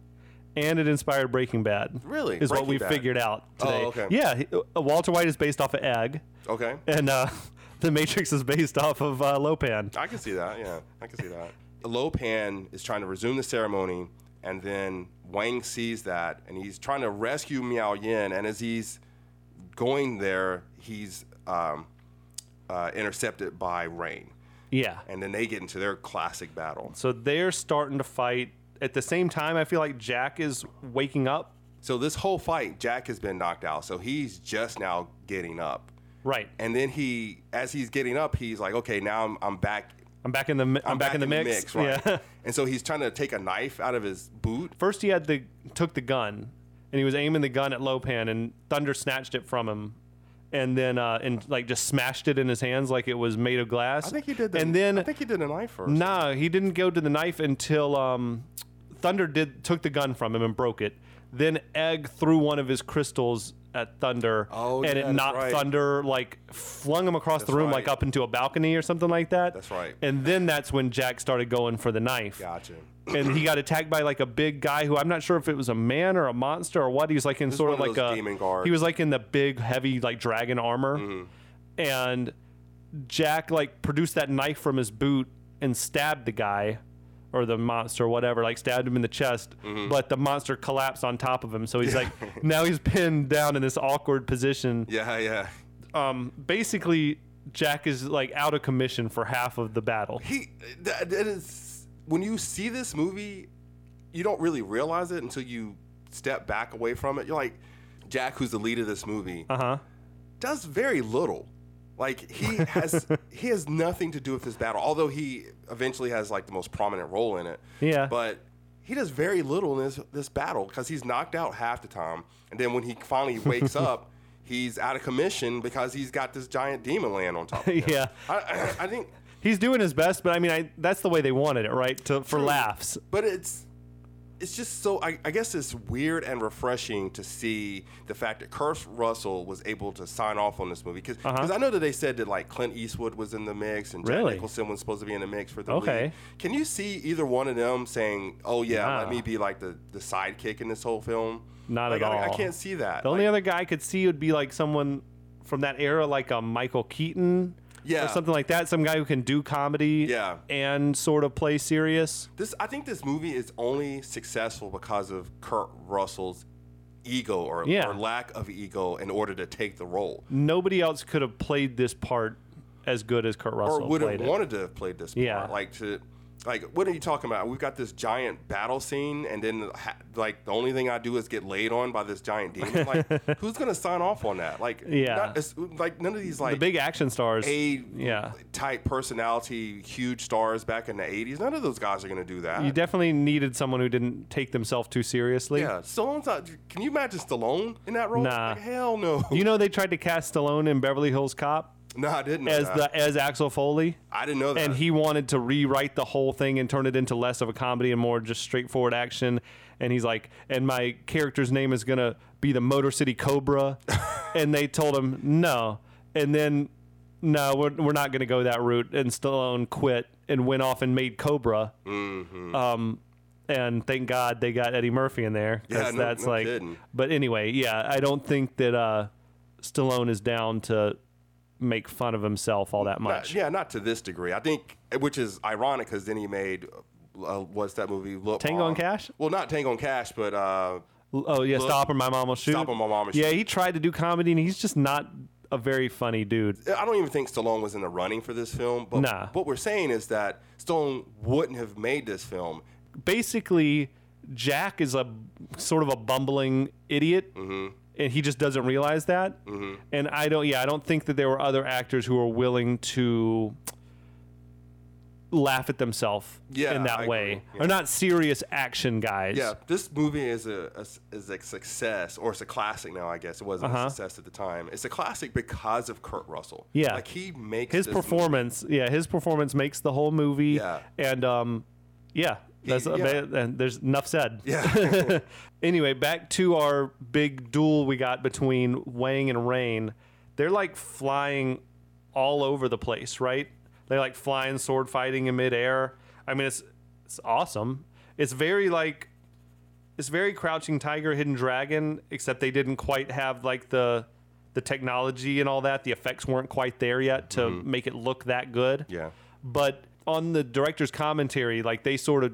Speaker 3: and it inspired Breaking Bad.
Speaker 4: Really?
Speaker 3: is what
Speaker 4: Breaking
Speaker 3: we
Speaker 4: Bad.
Speaker 3: figured out today.
Speaker 4: Oh, okay.
Speaker 3: Yeah, he- uh, Walter White is based off of Egg,
Speaker 4: Okay,
Speaker 3: and uh, The Matrix is based off of uh, Lopan.
Speaker 4: I can see that. Yeah, I can see that. Lopan is trying to resume the ceremony, and then Wang sees that, and he's trying to rescue Miao Yin. And as he's going there, he's um, uh, intercepted by Rain,
Speaker 3: Yeah.
Speaker 4: and then they get into their classic battle.
Speaker 3: So they're starting to fight at the same time. I feel like Jack is waking up.
Speaker 4: So this whole fight, Jack has been knocked out, so he's just now getting up.
Speaker 3: Right.
Speaker 4: And then he, as he's getting up, he's like, "Okay, now I'm, I'm back.
Speaker 3: I'm back in the. mi- I'm, back, in the mix.
Speaker 4: right?"
Speaker 3: Yeah.
Speaker 4: And so he's trying to take a knife out of his boot,
Speaker 3: First, he had the took the gun, and he was aiming the gun at Lopan, and Thunder snatched it from him, and then uh, and like just smashed it in his hands like it was made of glass.
Speaker 4: I think he did. The,
Speaker 3: and then
Speaker 4: I think he did a knife first.
Speaker 3: nah, he didn't go to the knife until um, Thunder did took the gun from him and broke it. Then Egg threw one of his crystals at Thunder,
Speaker 4: Oh,
Speaker 3: and
Speaker 4: yeah,
Speaker 3: it
Speaker 4: that's
Speaker 3: knocked
Speaker 4: right.
Speaker 3: Thunder like flung him across the
Speaker 4: That's
Speaker 3: room
Speaker 4: right.
Speaker 3: like up into a balcony or something like that.
Speaker 4: That's right.
Speaker 3: And then that's when Jack started going for the knife
Speaker 4: Gotcha.
Speaker 3: and he got attacked by like a big guy who I'm not sure if it was a man or a monster or what. He was like in sort of
Speaker 4: one of
Speaker 3: like
Speaker 4: those
Speaker 3: a
Speaker 4: demon guards.
Speaker 3: he was like in the big heavy like dragon armor,
Speaker 4: Mm-hmm.
Speaker 3: and Jack like produced that knife from his boot and stabbed the guy or the monster whatever like stabbed him in the chest
Speaker 4: Mm-hmm.
Speaker 3: but the monster collapsed on top of him so he's like now he's pinned down in this awkward position
Speaker 4: Yeah, yeah.
Speaker 3: um basically jack is like out of commission for half of the battle
Speaker 4: He that, that is when you see this movie, you don't really realize it until you step back away from it. You're like Jack, who's the lead of this movie,
Speaker 3: uh-huh
Speaker 4: does very little. Like he has he has nothing to do with this battle, although he eventually has like the most prominent role in it.
Speaker 3: Yeah.
Speaker 4: But he does very little in this this battle because he's knocked out half the time, and then when he finally wakes up, he's out of commission because he's got this giant demon laying on top of him.
Speaker 3: Yeah.
Speaker 4: I, I, I think,
Speaker 3: He's doing his best, but I mean, I, that's the way they wanted it, right? To, for laughs.
Speaker 4: but it's it's just so I, I guess it's weird and refreshing to see the fact that Kurt Russell was able to sign off on this movie because I know that they said that like Clint Eastwood was in the mix and Jack
Speaker 3: Uh-huh. Really?
Speaker 4: Nicholson was supposed to be in the mix for the
Speaker 3: Okay.
Speaker 4: lead. Can you see either one of them saying, "Oh yeah,
Speaker 3: Nah.
Speaker 4: let me be like the the sidekick in this whole film"?
Speaker 3: Not
Speaker 4: Like,
Speaker 3: at
Speaker 4: I, I
Speaker 3: all.
Speaker 4: can't see that.
Speaker 3: The only
Speaker 4: Like,
Speaker 3: other guy I could see would be like someone from that era, like a Michael Keaton,
Speaker 4: Yeah.
Speaker 3: or something like that. Some guy who can do comedy,
Speaker 4: Yeah.
Speaker 3: and sort of play serious.
Speaker 4: this I think this movie is only successful because of Kurt Russell's ego or,
Speaker 3: Yeah.
Speaker 4: or lack of ego in order to take the role.
Speaker 3: Nobody else could have played this part as good as Kurt
Speaker 4: or
Speaker 3: Russell
Speaker 4: would
Speaker 3: played
Speaker 4: have
Speaker 3: it.
Speaker 4: wanted to have played this part.
Speaker 3: Yeah.
Speaker 4: Like to, like what are you talking about? We've got this giant battle scene, and then ha- like the only thing I do is get laid on by this giant demon. Like who's gonna sign off on that? Like
Speaker 3: Yeah.
Speaker 4: not- it's- like none of these
Speaker 3: the
Speaker 4: like
Speaker 3: big action stars.
Speaker 4: A
Speaker 3: yeah.
Speaker 4: type personality, huge stars back in the '80s. None of those guys are gonna do that.
Speaker 3: You definitely needed someone who didn't take themselves too seriously.
Speaker 4: yeah, Stallone's not. Can you imagine Stallone in that role?
Speaker 3: Nah.
Speaker 4: Like, hell no.
Speaker 3: You know they tried to cast Stallone in Beverly Hills Cop
Speaker 4: no, I didn't. Know
Speaker 3: as
Speaker 4: that.
Speaker 3: the as Axel Foley.
Speaker 4: I didn't know that.
Speaker 3: and he wanted to rewrite the whole thing and turn it into less of a comedy and more just straightforward action. And he's like, and my character's name is gonna be the Motor City Cobra, and they told him no. And then, no, we're we're not gonna go that route. And Stallone quit and went off and made Cobra.
Speaker 4: Mm-hmm.
Speaker 3: Um, and thank God they got Eddie Murphy in there because
Speaker 4: Yeah, no-
Speaker 3: that's
Speaker 4: no
Speaker 3: like.
Speaker 4: kidding.
Speaker 3: But anyway, yeah, I don't think that uh, Stallone is down to make fun of himself all that
Speaker 4: Uh, Not-
Speaker 3: much.
Speaker 4: yeah, not to this degree. I think, which is ironic, because then he made uh, what's that movie? Look,
Speaker 3: Tango
Speaker 4: Mom.
Speaker 3: and Cash?
Speaker 4: Well, not Tango and Cash, but uh,
Speaker 3: Oh yeah,
Speaker 4: Look.
Speaker 3: stop or my mom will shoot.
Speaker 4: Stop or My Mom Will
Speaker 3: Yeah,
Speaker 4: Shoot.
Speaker 3: he tried to do comedy and he's just not a very funny dude.
Speaker 4: I don't even think Stallone was in the running for this film. But
Speaker 3: Nah.
Speaker 4: what we're saying is that Stallone wouldn't have made this film.
Speaker 3: Basically, Jack is a sort of a bumbling idiot.
Speaker 4: Mm-hmm.
Speaker 3: And he just doesn't realize that. And I don't, yeah, I don't think that there were other actors who were willing to laugh at themselves
Speaker 4: Yeah,
Speaker 3: in that
Speaker 4: I
Speaker 3: way.
Speaker 4: agree.
Speaker 3: Or not serious action guys.
Speaker 4: Yeah, this movie is a, a- is a success, or it's a classic now. I guess it wasn't
Speaker 3: Uh-huh.
Speaker 4: a success at the time. It's a classic because of Kurt Russell.
Speaker 3: Yeah.
Speaker 4: like he makes
Speaker 3: his
Speaker 4: this movie.
Speaker 3: performance yeah his performance makes the whole movie
Speaker 4: Yeah.
Speaker 3: and um yeah that's
Speaker 4: yeah.
Speaker 3: a ba- and there's enough said
Speaker 4: Yeah,
Speaker 3: anyway back to our big duel we got between wang and rain they're like flying all over the place right they're like flying sword fighting in midair i mean it's it's awesome it's very like it's very crouching tiger hidden dragon except they didn't quite have like the the technology and all that the effects weren't quite there yet to make it look that good
Speaker 4: yeah.
Speaker 3: but on the director's commentary like they sort of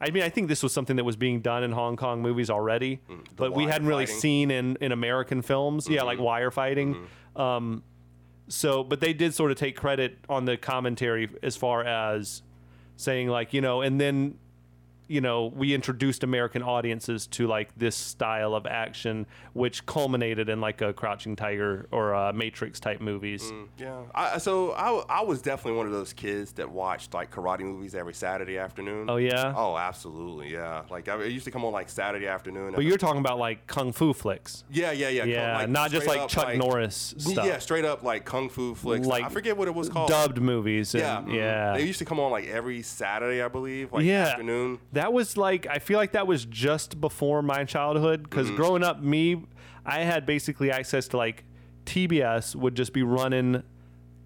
Speaker 3: i mean i think this was something that was being done in hong kong movies already but we
Speaker 4: Mm, wire
Speaker 3: hadn't really
Speaker 4: fighting. Mm-hmm.
Speaker 3: seen in in american films yeah like wire fighting um so but they did sort of take credit on the commentary as far as saying like you know and then you know we introduced american audiences to like this style of action which culminated in like a crouching tiger or uh matrix type movies
Speaker 4: Yeah. I, so I, I was definitely one of those kids that watched like karate movies every Saturday afternoon.
Speaker 3: oh yeah
Speaker 4: Oh, absolutely. Yeah. Like I, it used to come on like Saturday afternoon.
Speaker 3: But you're talking about like kung fu flicks.
Speaker 4: yeah, yeah, yeah.
Speaker 3: Yeah, not just
Speaker 4: straight
Speaker 3: like
Speaker 4: up,
Speaker 3: Chuck Norris stuff.
Speaker 4: Yeah, straight up like kung fu flicks.
Speaker 3: Like,
Speaker 4: I forget what it was called.
Speaker 3: Dubbed movies.
Speaker 4: Yeah.
Speaker 3: and-
Speaker 4: mhm.
Speaker 3: yeah.
Speaker 4: They used to come on like every Saturday, I believe, like
Speaker 3: Yeah.
Speaker 4: afternoon.
Speaker 3: That was like I feel like that was just before my childhood because
Speaker 4: Mm-hmm.
Speaker 3: growing up, me, I had basically access to like TBS would just be running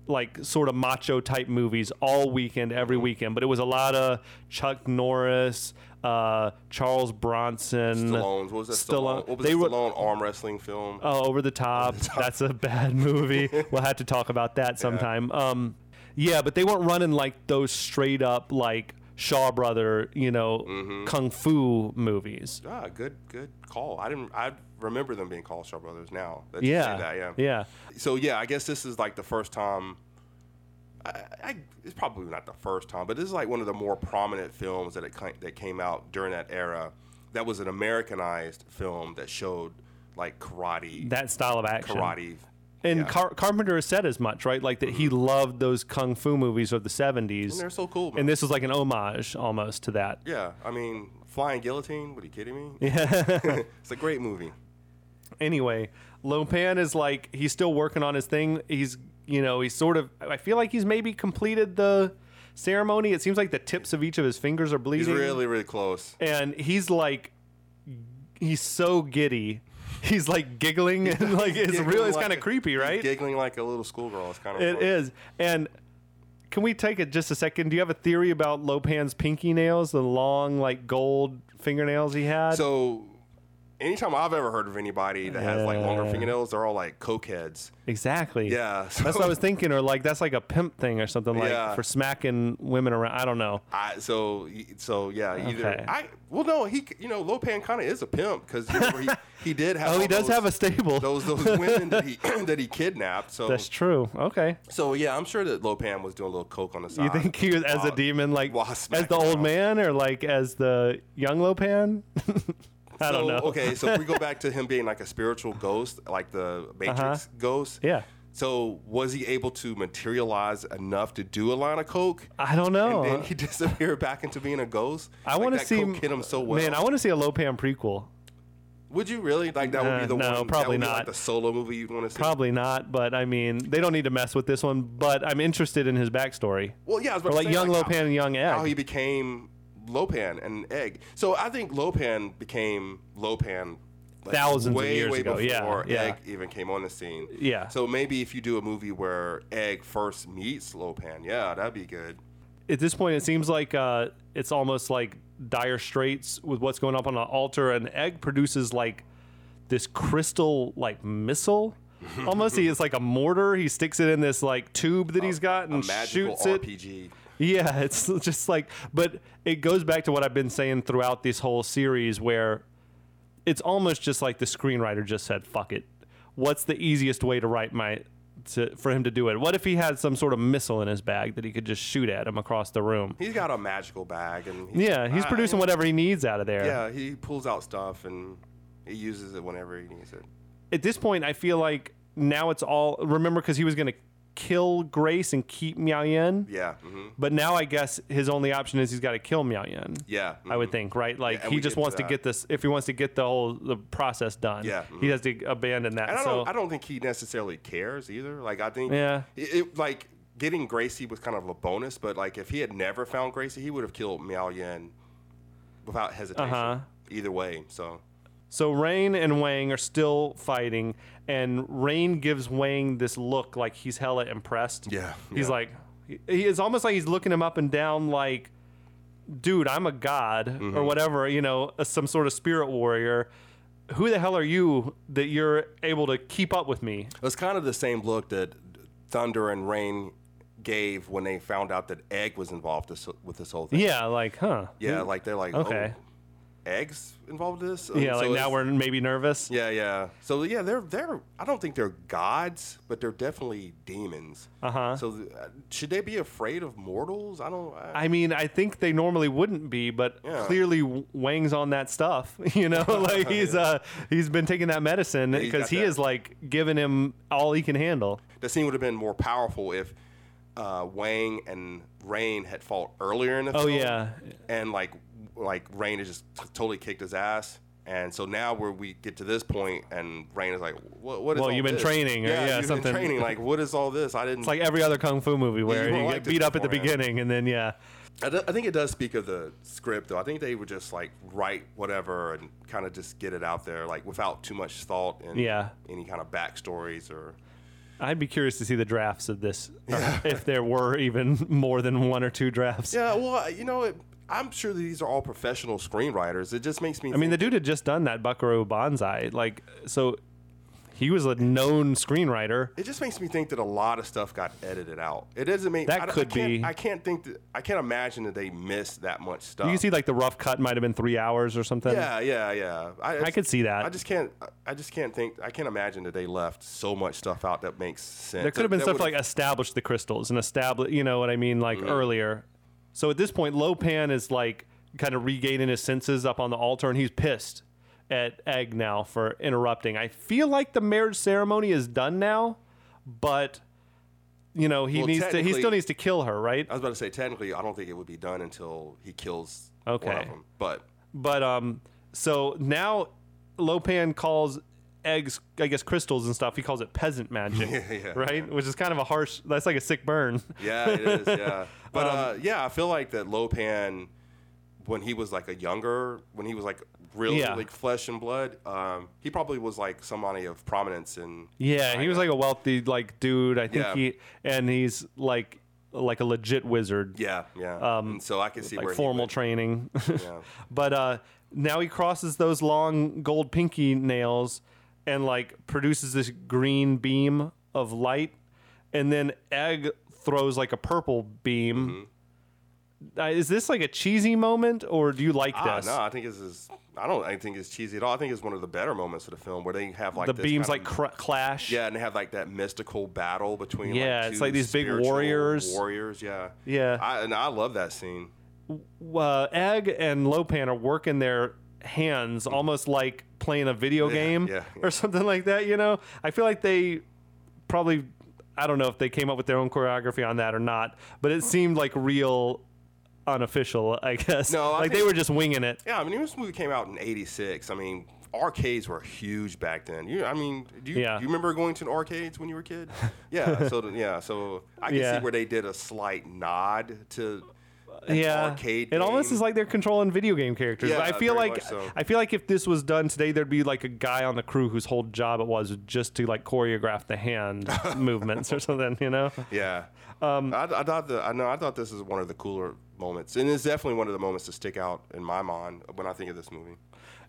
Speaker 3: like sort of macho type movies all weekend,
Speaker 4: Mm-hmm.
Speaker 3: every weekend. But it was a lot of Chuck Norris, uh, Charles Bronson,
Speaker 4: Stallone's. What was that? Stallone.
Speaker 3: Stallone-
Speaker 4: What was
Speaker 3: they
Speaker 4: the
Speaker 3: were-
Speaker 4: Stallone arm wrestling film?
Speaker 3: Oh, over the top. That's a bad movie. we'll have to talk about that sometime. Um, yeah, but they weren't running like those straight up like Shaw Brother, you know,
Speaker 4: Mm-hmm.
Speaker 3: kung fu movies.
Speaker 4: ah, good, good call. I didn't. I remember them being called Shaw Brothers. Now that you say
Speaker 3: Yeah,
Speaker 4: that, yeah.
Speaker 3: yeah.
Speaker 4: So yeah, I guess this is like the first time. I, I, it's probably not the first time, but this is like one of the more prominent films that it came, that came out during that era. That was an Americanized film that showed like karate,
Speaker 3: That style of action.
Speaker 4: karate.
Speaker 3: And
Speaker 4: yeah. Mm-hmm.
Speaker 3: Car- Carpenter has said as much, right? Like that he loved those kung fu movies of the
Speaker 4: And they're
Speaker 3: 70s.
Speaker 4: so cool. Man.
Speaker 3: And this was like an homage almost to that.
Speaker 4: yeah, I mean, flying guillotine. What are you kidding me? it's a great movie.
Speaker 3: anyway, Lopan is like he's still working on his thing. He's you know he's sort of I feel like he's maybe completed the ceremony. It seems like the tips of each of his fingers are
Speaker 4: He's
Speaker 3: bleeding,
Speaker 4: really, really close.
Speaker 3: and he's like he's so giddy. He's like giggling and like it's
Speaker 4: Giggling
Speaker 3: real. It's
Speaker 4: like
Speaker 3: kind
Speaker 4: a-
Speaker 3: of creepy,
Speaker 4: he's
Speaker 3: right?
Speaker 4: Giggling like a little schoolgirl. It's kind of
Speaker 3: It is. And can we take it just a second? Do you have a theory about Lopan's pinky nails, the long like gold fingernails he had?
Speaker 4: So, anytime I've ever heard of anybody that has like longer
Speaker 3: Yeah.
Speaker 4: fingernails, they're all like cokeheads.
Speaker 3: exactly.
Speaker 4: Yeah. So,
Speaker 3: That's what I was thinking, or like that's like a pimp thing or something like
Speaker 4: Yeah.
Speaker 3: for smacking women around. I don't know.
Speaker 4: I, so so yeah. Either
Speaker 3: Okay.
Speaker 4: I well no he you know Lopan kind of is a pimp because he, he did have
Speaker 3: Oh, he
Speaker 4: all
Speaker 3: does
Speaker 4: those,
Speaker 3: have a stable.
Speaker 4: those those women that he that he kidnapped. So
Speaker 3: That's true. Okay.
Speaker 4: so yeah, I'm sure that Lopan was doing a little coke on the side. Um,
Speaker 3: You think he was as a
Speaker 4: while-
Speaker 3: demon, like
Speaker 4: while
Speaker 3: as
Speaker 4: Uh, smacking
Speaker 3: the old
Speaker 4: around.
Speaker 3: man, or like as the young Lopan? I don't
Speaker 4: So,
Speaker 3: know.
Speaker 4: okay, so if we go back to him being like a spiritual ghost, like the Matrix ghost.
Speaker 3: Uh-huh. Yeah.
Speaker 4: So was he able to materialize enough to do a line of coke?
Speaker 3: I don't know.
Speaker 4: and then he disappeared back into being a ghost.
Speaker 3: I want to
Speaker 4: that
Speaker 3: see
Speaker 4: coke hit him so well.
Speaker 3: Man, I want to see a Lopan prequel.
Speaker 4: would you really like that? Would
Speaker 3: Uh,
Speaker 4: be the
Speaker 3: no,
Speaker 4: one. that
Speaker 3: probably
Speaker 4: would be,
Speaker 3: not.
Speaker 4: Like the solo movie you'd want to see.
Speaker 3: Probably not, but I mean, they don't need to mess with this one. But I'm interested in his backstory,
Speaker 4: Well, yeah, I was
Speaker 3: or
Speaker 4: about to
Speaker 3: like
Speaker 4: say,
Speaker 3: young
Speaker 4: like,
Speaker 3: Lopan
Speaker 4: how-
Speaker 3: and young Egg.
Speaker 4: How he became Lopan and Egg. So I think Lopan became Lopan. like,
Speaker 3: Thousands of
Speaker 4: way,
Speaker 3: years
Speaker 4: way
Speaker 3: ago. Yeah,
Speaker 4: before
Speaker 3: yeah.
Speaker 4: Egg even came on the scene.
Speaker 3: Yeah.
Speaker 4: So maybe if you do a movie where Egg first meets Lopan, yeah, that'd be good.
Speaker 3: at this point, it seems like uh, it's almost like dire straits with what's going up on the altar. And Egg produces like this crystal like missile. Almost, he it's like a mortar. He sticks it in this like tube that he's got and
Speaker 4: Magical
Speaker 3: shoots it.
Speaker 4: RPG.
Speaker 3: Yeah, it's just like, but it goes back to what I've been saying throughout this whole series where it's almost just like the screenwriter just said, fuck it. What's the easiest way to write my, to, for him to do it? What if he had some sort of missile in his bag that he could just shoot at him across the room?
Speaker 4: He's got a magical bag, and
Speaker 3: Yeah, he's
Speaker 4: Uh, I-
Speaker 3: producing whatever he needs out of there.
Speaker 4: Yeah, he pulls out stuff and he uses it whenever he needs it.
Speaker 3: At this point, I feel like now it's all, remember, because he was going to kill Grace and keep Miao Yen.
Speaker 4: Yeah, hmm
Speaker 3: But now I guess his only option is he's got to kill Miao Yen.
Speaker 4: yeah.
Speaker 3: I would
Speaker 4: mhm.
Speaker 3: think, right? Like
Speaker 4: and
Speaker 3: he
Speaker 4: we
Speaker 3: just
Speaker 4: get to
Speaker 3: wants to
Speaker 4: that.
Speaker 3: get this. If he wants to get the whole the process done,
Speaker 4: Yeah. mm-hmm.
Speaker 3: he has to abandon that.
Speaker 4: And I
Speaker 3: so
Speaker 4: don't, I don't think he necessarily cares either. Like I think,
Speaker 3: Yeah.
Speaker 4: it, it- like getting Gracie was kind of a bonus, but like if he had never found Gracie, he would have killed Miao Yen without hesitation.
Speaker 3: Uh-huh.
Speaker 4: Either way, so
Speaker 3: so Rain and Wang are still fighting, and Rain gives Wang this look like he's hella impressed.
Speaker 4: Yeah,
Speaker 3: he's
Speaker 4: yeah.
Speaker 3: like, he, he is almost like he's looking him up and down, like, dude, I'm a god or
Speaker 4: Mm-hmm.
Speaker 3: whatever, you know, some sort of spirit warrior. Who the hell are you that you're able to keep up with me?
Speaker 4: it's kind of the same look that Thunder and Rain gave when they found out that Egg was involved this, with this whole thing.
Speaker 3: Yeah, like, huh?
Speaker 4: yeah. Like they're like,
Speaker 3: Okay.
Speaker 4: oh, Egg's involved in this.
Speaker 3: Yeah,
Speaker 4: So
Speaker 3: like now
Speaker 4: it's-
Speaker 3: we're maybe nervous.
Speaker 4: Yeah, yeah. So yeah, they're they're. I don't think they're gods, but they're definitely demons.
Speaker 3: Uh-huh.
Speaker 4: So th- uh, should they be afraid of mortals? I don't. I,
Speaker 3: I mean, I think they normally wouldn't be, but
Speaker 4: Yeah.
Speaker 3: clearly W- Wang's on that stuff. You know, like he's uh he's been taking that medicine
Speaker 4: he's
Speaker 3: because
Speaker 4: got
Speaker 3: he
Speaker 4: that.
Speaker 3: is like giving him all he can handle.
Speaker 4: the scene would have been more powerful if uh, Wang and Rain had fought earlier in the
Speaker 3: Oh
Speaker 4: film.
Speaker 3: yeah,
Speaker 4: And like like Rain has just t- totally kicked his ass. And so now where we get to this point, and Rain is like, "What? What is
Speaker 3: Well,
Speaker 4: all
Speaker 3: you've been
Speaker 4: this?
Speaker 3: training, or- yeah,
Speaker 4: you've been
Speaker 3: something.
Speaker 4: training. Like, what is all this? I didn't.
Speaker 3: it's like every other kung fu movie where
Speaker 4: you
Speaker 3: you,
Speaker 4: won't like
Speaker 3: get
Speaker 4: this
Speaker 3: beat up at the
Speaker 4: beforehand.
Speaker 3: beginning and then yeah,
Speaker 4: I, do- I think it does speak of the script, though. I think they would just like write whatever and kind of just get it out there, like without too much thought and
Speaker 3: Yeah.
Speaker 4: any kind of backstories or.
Speaker 3: I'd be curious to see the drafts of this or if there were even more than one or two drafts.
Speaker 4: Yeah, well, you know, it, I'm sure that these are all professional screenwriters. It just makes me.
Speaker 3: I mean, the dude had just done that Buckaroo Banzai, like so. He was a known screenwriter.
Speaker 4: it just makes me think that a lot of stuff got edited out. It doesn't make
Speaker 3: That
Speaker 4: I, don't-
Speaker 3: could
Speaker 4: I can't,
Speaker 3: be.
Speaker 4: I can't think that I can't imagine that they missed that much stuff.
Speaker 3: You can see like the rough cut might have been three hours or something.
Speaker 4: Yeah, yeah, yeah.
Speaker 3: I could see that.
Speaker 4: I just can't. I just can't think. I can't imagine that they left so much stuff out that makes sense.
Speaker 3: There could have been
Speaker 4: That
Speaker 3: stuff
Speaker 4: would've- Mm.
Speaker 3: like establish the crystals and establish, you know what I mean, like earlier. So at this point, Lopan is like kind of regaining his senses up on the altar, and he's pissed at Egg now for interrupting. I feel like the marriage ceremony is done now, but you know he
Speaker 4: Well,
Speaker 3: needs to. He still
Speaker 4: technically- Uh
Speaker 3: needs to kill her, right?
Speaker 4: I was about to say technically, I don't think it would be done until he kills one
Speaker 3: Okay.
Speaker 4: of them. But
Speaker 3: But um, so now Lopan calls eggs, I guess crystals and stuff. He calls it peasant magic,
Speaker 4: yeah.
Speaker 3: right? Which is kind of a harsh. That's like a sick burn.
Speaker 4: yeah, it is. Yeah, but
Speaker 3: Um,
Speaker 4: uh, yeah, I feel like that Lopan, when he was like a younger, when he was like really
Speaker 3: Yeah.
Speaker 4: like flesh and blood, um, he probably was like somebody of prominence and
Speaker 3: Yeah, he was like a wealthy like dude. I think
Speaker 4: Yeah.
Speaker 3: he and he's like like a legit wizard,
Speaker 4: yeah, yeah. Um, and so I can see
Speaker 3: like
Speaker 4: where
Speaker 3: formal
Speaker 4: He
Speaker 3: training.
Speaker 4: went. yeah.
Speaker 3: but uh, now he crosses those long gold pinky nails and like produces this green beam of light, and then Egg throws like a purple beam. Uh, is this like a cheesy moment, or do you like
Speaker 4: Mm-hmm. Ah,
Speaker 3: this?
Speaker 4: no, I think this is. I don't. I think it's cheesy at all. I think it's one of the better moments of the film where they have like
Speaker 3: the
Speaker 4: this
Speaker 3: beams
Speaker 4: kind
Speaker 3: like
Speaker 4: of-
Speaker 3: cr- clash.
Speaker 4: Yeah, and they have like that mystical battle between.
Speaker 3: Yeah,
Speaker 4: like,
Speaker 3: it's
Speaker 4: two
Speaker 3: like these big
Speaker 4: spiritual
Speaker 3: warriors.
Speaker 4: Warriors, yeah,
Speaker 3: Yeah.
Speaker 4: I, and I love that scene.
Speaker 3: uh, Egg and Lopan are working their hands almost like playing a video game
Speaker 4: Mm. yeah, yeah.
Speaker 3: or something like that. You know, I feel like they probably I don't know if they came up with their own choreography on that or not, but it seemed like real unofficial. I guess
Speaker 4: No, I
Speaker 3: like they
Speaker 4: think-
Speaker 3: were just winging it.
Speaker 4: Yeah, I mean, this movie came out in '86. I mean, arcades were huge back then. You, I mean, do you,
Speaker 3: Yeah.
Speaker 4: do you remember going to an arcades when you were a kid? Yeah, so the- yeah, so I can
Speaker 3: Yeah.
Speaker 4: see where they did a slight nod to. an
Speaker 3: yeah,
Speaker 4: arcade
Speaker 3: it almost
Speaker 4: game.
Speaker 3: is like they're controlling video game characters.
Speaker 4: Yeah,
Speaker 3: but I feel
Speaker 4: very
Speaker 3: like
Speaker 4: much so.
Speaker 3: I feel like if this was done today, there'd be like a guy on the crew whose whole job it was just to like choreograph the hand movements or something. You know.
Speaker 4: Yeah,
Speaker 3: Um,
Speaker 4: I, I thought the I know I thought this is one of the cooler moments, and it's definitely one of the moments to stick out in my mind when I think of this movie.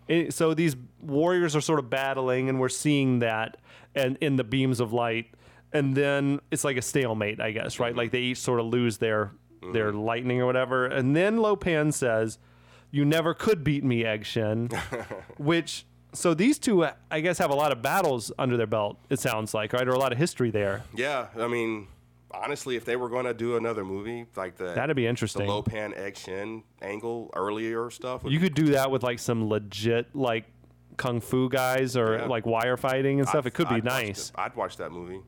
Speaker 3: It- Eh, so these warriors are sort of battling and we're seeing that and in the beams of light and then it's like a stalemate i guess right like they each sort of lose their their
Speaker 4: Mm-hmm.
Speaker 3: lightning or whatever. And then Lopan says, "You never could beat me, Egg Shen," which so these two, uh, I guess, have a lot of battles under their belt. It sounds like right, or a lot of history there.
Speaker 4: Yeah, I mean, honestly, if they were going to do another movie like the
Speaker 3: That'd be
Speaker 4: the
Speaker 3: interesting.
Speaker 4: low pan action angle earlier stuff, would
Speaker 3: you could do that with like some legit like kung fu guys or
Speaker 4: Yeah.
Speaker 3: like wire fighting and stuff. it could be
Speaker 4: I'd watch
Speaker 3: nice.
Speaker 4: the- I'd watch that movie.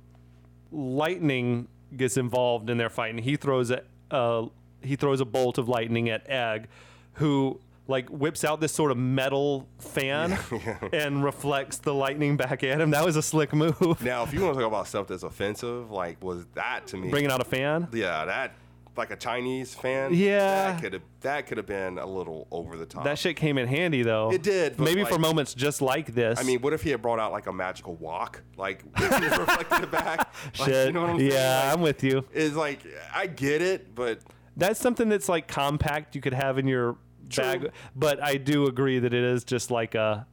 Speaker 3: lightning gets involved in their fight, and he throws a uh, he throws a bolt of lightning at Egg, who like whips out this sort of metal fan and reflects the lightning back at him. That was a slick move,
Speaker 4: Now, if you want to talk about stuff that's offensive, like was that to me?
Speaker 3: bringing out a fan.
Speaker 4: yeah, that like a Chinese fan.
Speaker 3: Yeah.
Speaker 4: that could have that could have been a little over the top.
Speaker 3: That shit came in handy though.
Speaker 4: It did, but,
Speaker 3: Maybe for
Speaker 4: like-
Speaker 3: moments just like this.
Speaker 4: I mean, what if he had brought out like a magical walk, like reflected it back? Like,
Speaker 3: shit.
Speaker 4: you know what I'm saying?
Speaker 3: yeah,
Speaker 4: Like,
Speaker 3: I'm with you.
Speaker 4: it's like I get it, but
Speaker 3: That's something that's like compact you could have in your bag, but I do agree that it is just like a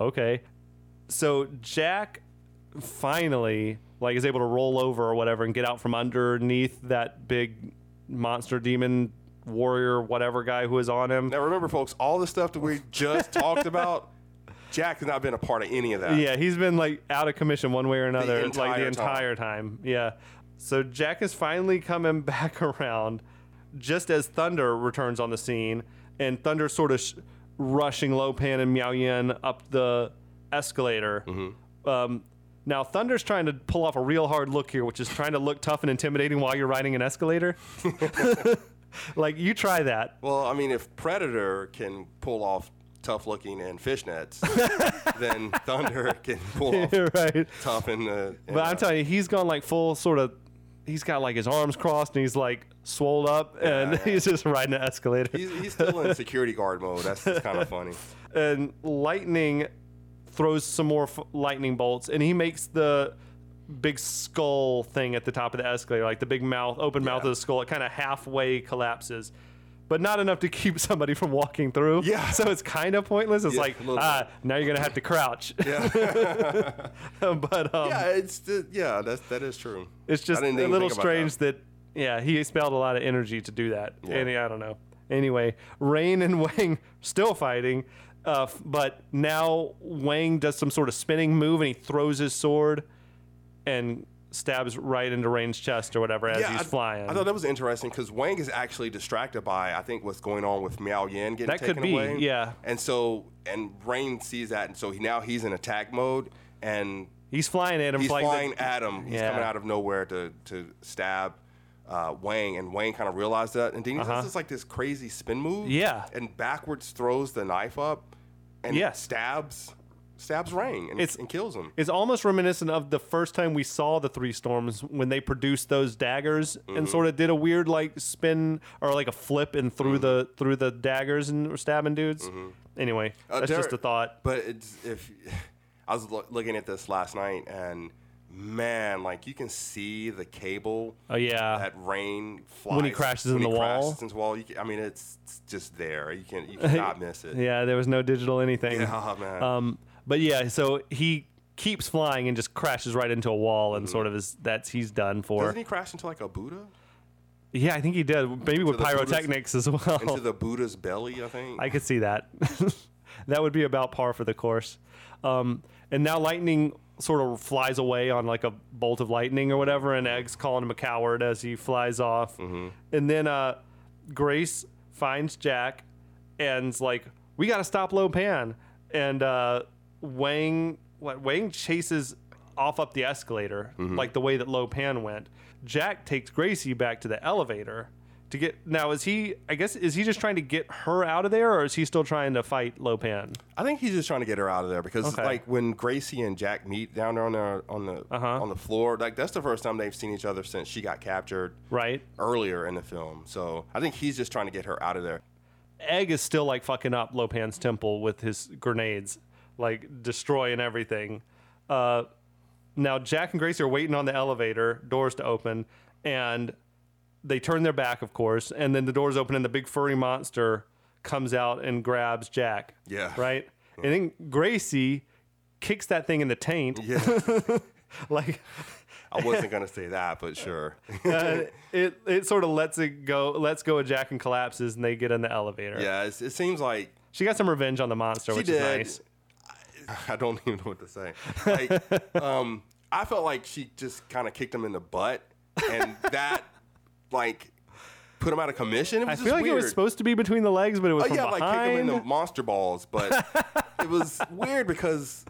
Speaker 3: okay. So Jack finally like is able to roll over or whatever and get out from underneath that big monster demon warrior whatever guy who is on him.
Speaker 4: now remember, folks, all the stuff that we just talked about, Jack has not been a part of any of that.
Speaker 3: Yeah, he's been like out of commission one way or another, like
Speaker 4: entire
Speaker 3: the
Speaker 4: time.
Speaker 3: entire time. Yeah. So Jack is finally coming back around, just as Thunder returns on the scene, and Thunder sort of sh- rushing Lopan and Miao Yin up the escalator.
Speaker 4: Mm-hmm.
Speaker 3: Um, now Thunder's trying to pull off a real hard look here, which is trying to look tough and intimidating while you're riding an escalator. like you try that.
Speaker 4: Well, I mean, if Predator can pull off tough looking and fishnets, then Thunder can pull off
Speaker 3: right.
Speaker 4: tough and. Uh,
Speaker 3: But I'm telling you, he's gone like full sort of. He's got like his arms crossed and he's like swole up and
Speaker 4: Yeah, yeah.
Speaker 3: he's just riding an escalator.
Speaker 4: he's, he's still in security guard mode. That's just kind of funny.
Speaker 3: and lightning throws some more f- lightning bolts and he makes the big skull thing at the top of the escalator, like the big mouth, open mouth of the skull. It kind of halfway collapses. But not enough to keep somebody from walking through.
Speaker 4: Yeah.
Speaker 3: So it's kind of pointless. It's
Speaker 4: Yeah,
Speaker 3: like,
Speaker 4: a little
Speaker 3: ah, now you're gonna have to crouch.
Speaker 4: Yeah,
Speaker 3: but um,
Speaker 4: yeah, it's the- yeah, that's that is true.
Speaker 3: It's just
Speaker 4: I
Speaker 3: a
Speaker 4: didn't even
Speaker 3: little
Speaker 4: think about
Speaker 3: strange that. yeah, he expelled a lot of energy to do that. And I don't know. Anyway, Rain and Wang still fighting, uh, f- but now Wang does some sort of spinning move and he throws his sword and stabs right into Rain's chest or whatever as
Speaker 4: Yeah,
Speaker 3: he's
Speaker 4: I,
Speaker 3: flying.
Speaker 4: I thought that was interesting because Wang is actually distracted by I think what's going on with Miao Yin getting
Speaker 3: That could
Speaker 4: taken
Speaker 3: be,
Speaker 4: away.
Speaker 3: yeah.
Speaker 4: and so and Rain sees that, and so he, now he's in attack mode, and
Speaker 3: he's flying at him.
Speaker 4: he's
Speaker 3: like the-
Speaker 4: flying at him. He's
Speaker 3: Yeah.
Speaker 4: coming out of nowhere to to stab uh, Wang, and Wang kind of realized that, and then he does this like this crazy spin move.
Speaker 3: Uh-huh. Yeah.
Speaker 4: and backwards throws the knife up, and
Speaker 3: Yes.
Speaker 4: stabs stabs Rain and,
Speaker 3: It's-
Speaker 4: and kills him.
Speaker 3: It's almost reminiscent of the first time we saw the Three Storms when they produced those daggers and sort of
Speaker 4: Mm-hmm.
Speaker 3: did a weird like spin or like a flip and through
Speaker 4: Mm-hmm.
Speaker 3: the through the daggers and were stabbing dudes. Anyway,
Speaker 4: Uh,
Speaker 3: that's
Speaker 4: Derek-
Speaker 3: just a thought.
Speaker 4: But it's if I was loo- looking at this last night, and man, like you can see the cable.
Speaker 3: Oh yeah,
Speaker 4: that rain flies
Speaker 3: he crashes in
Speaker 4: he
Speaker 3: the wall?
Speaker 4: crashes into the wall. You can, I mean, it's, it's just there. You can you cannot miss it.
Speaker 3: yeah. There was no digital anything.
Speaker 4: Yeah, man.
Speaker 3: Um, but yeah, so he keeps flying and just crashes right into a wall and sort of is that's he's done for.
Speaker 4: Mm-hmm. Doesn't he crash into like a Buddha?
Speaker 3: yeah, I think he did. Maybe with
Speaker 4: the Buddha's-
Speaker 3: pyrotechnics as well.
Speaker 4: Into the Buddha's belly, I think.
Speaker 3: Oh. I could see that. that would be about par for the course. Um, and now lightning sort of flies away on like a bolt of lightning or whatever, and Egg's calling him a coward as he flies off. And then uh, Grace finds Jack and's like, "We got to stop Lo Pan." And uh, Wang, what Wang chases off up the escalator, like the way that Lo Pan went. Jack takes Gracie back to the elevator to get. Now, is he? I guess is he just trying to get her out of there, or is he still trying to fight Lo Pan?
Speaker 4: I think he's just trying to get her out of there because
Speaker 3: Okay.
Speaker 4: like when Gracie and Jack meet down there on the on the
Speaker 3: Uh-huh.
Speaker 4: on the floor, like that's the first time they've seen each other since she got captured
Speaker 3: Right.
Speaker 4: earlier in the film. So I think he's just trying to get her out of there.
Speaker 3: Egg is still like fucking up Lopan's temple with his grenades, like destroying everything. Uh, now Jack and Gracie are waiting on the elevator doors to open, and they turn their back, of course, and then the doors open and the big furry monster comes out and grabs Jack.
Speaker 4: Yeah.
Speaker 3: Right. And then Gracie kicks that thing in the taint,
Speaker 4: Yeah.
Speaker 3: like.
Speaker 4: I wasn't gonna say that, but sure.
Speaker 3: Uh, it it sort of lets it go, lets go of Jack and collapses, and they get in the elevator.
Speaker 4: yeah, it's, it seems like
Speaker 3: She got some revenge on the monster,
Speaker 4: she
Speaker 3: which
Speaker 4: did.
Speaker 3: is nice.
Speaker 4: I, I don't even know what to say. Like, um, I felt like she just kind of kicked him in the butt, and that like put him out of commission. It was
Speaker 3: I
Speaker 4: just
Speaker 3: feel like
Speaker 4: weird.
Speaker 3: it was supposed to be between the legs, but it was
Speaker 4: Oh
Speaker 3: from
Speaker 4: yeah, like kick him in
Speaker 3: behind.
Speaker 4: the monster balls, but it was weird because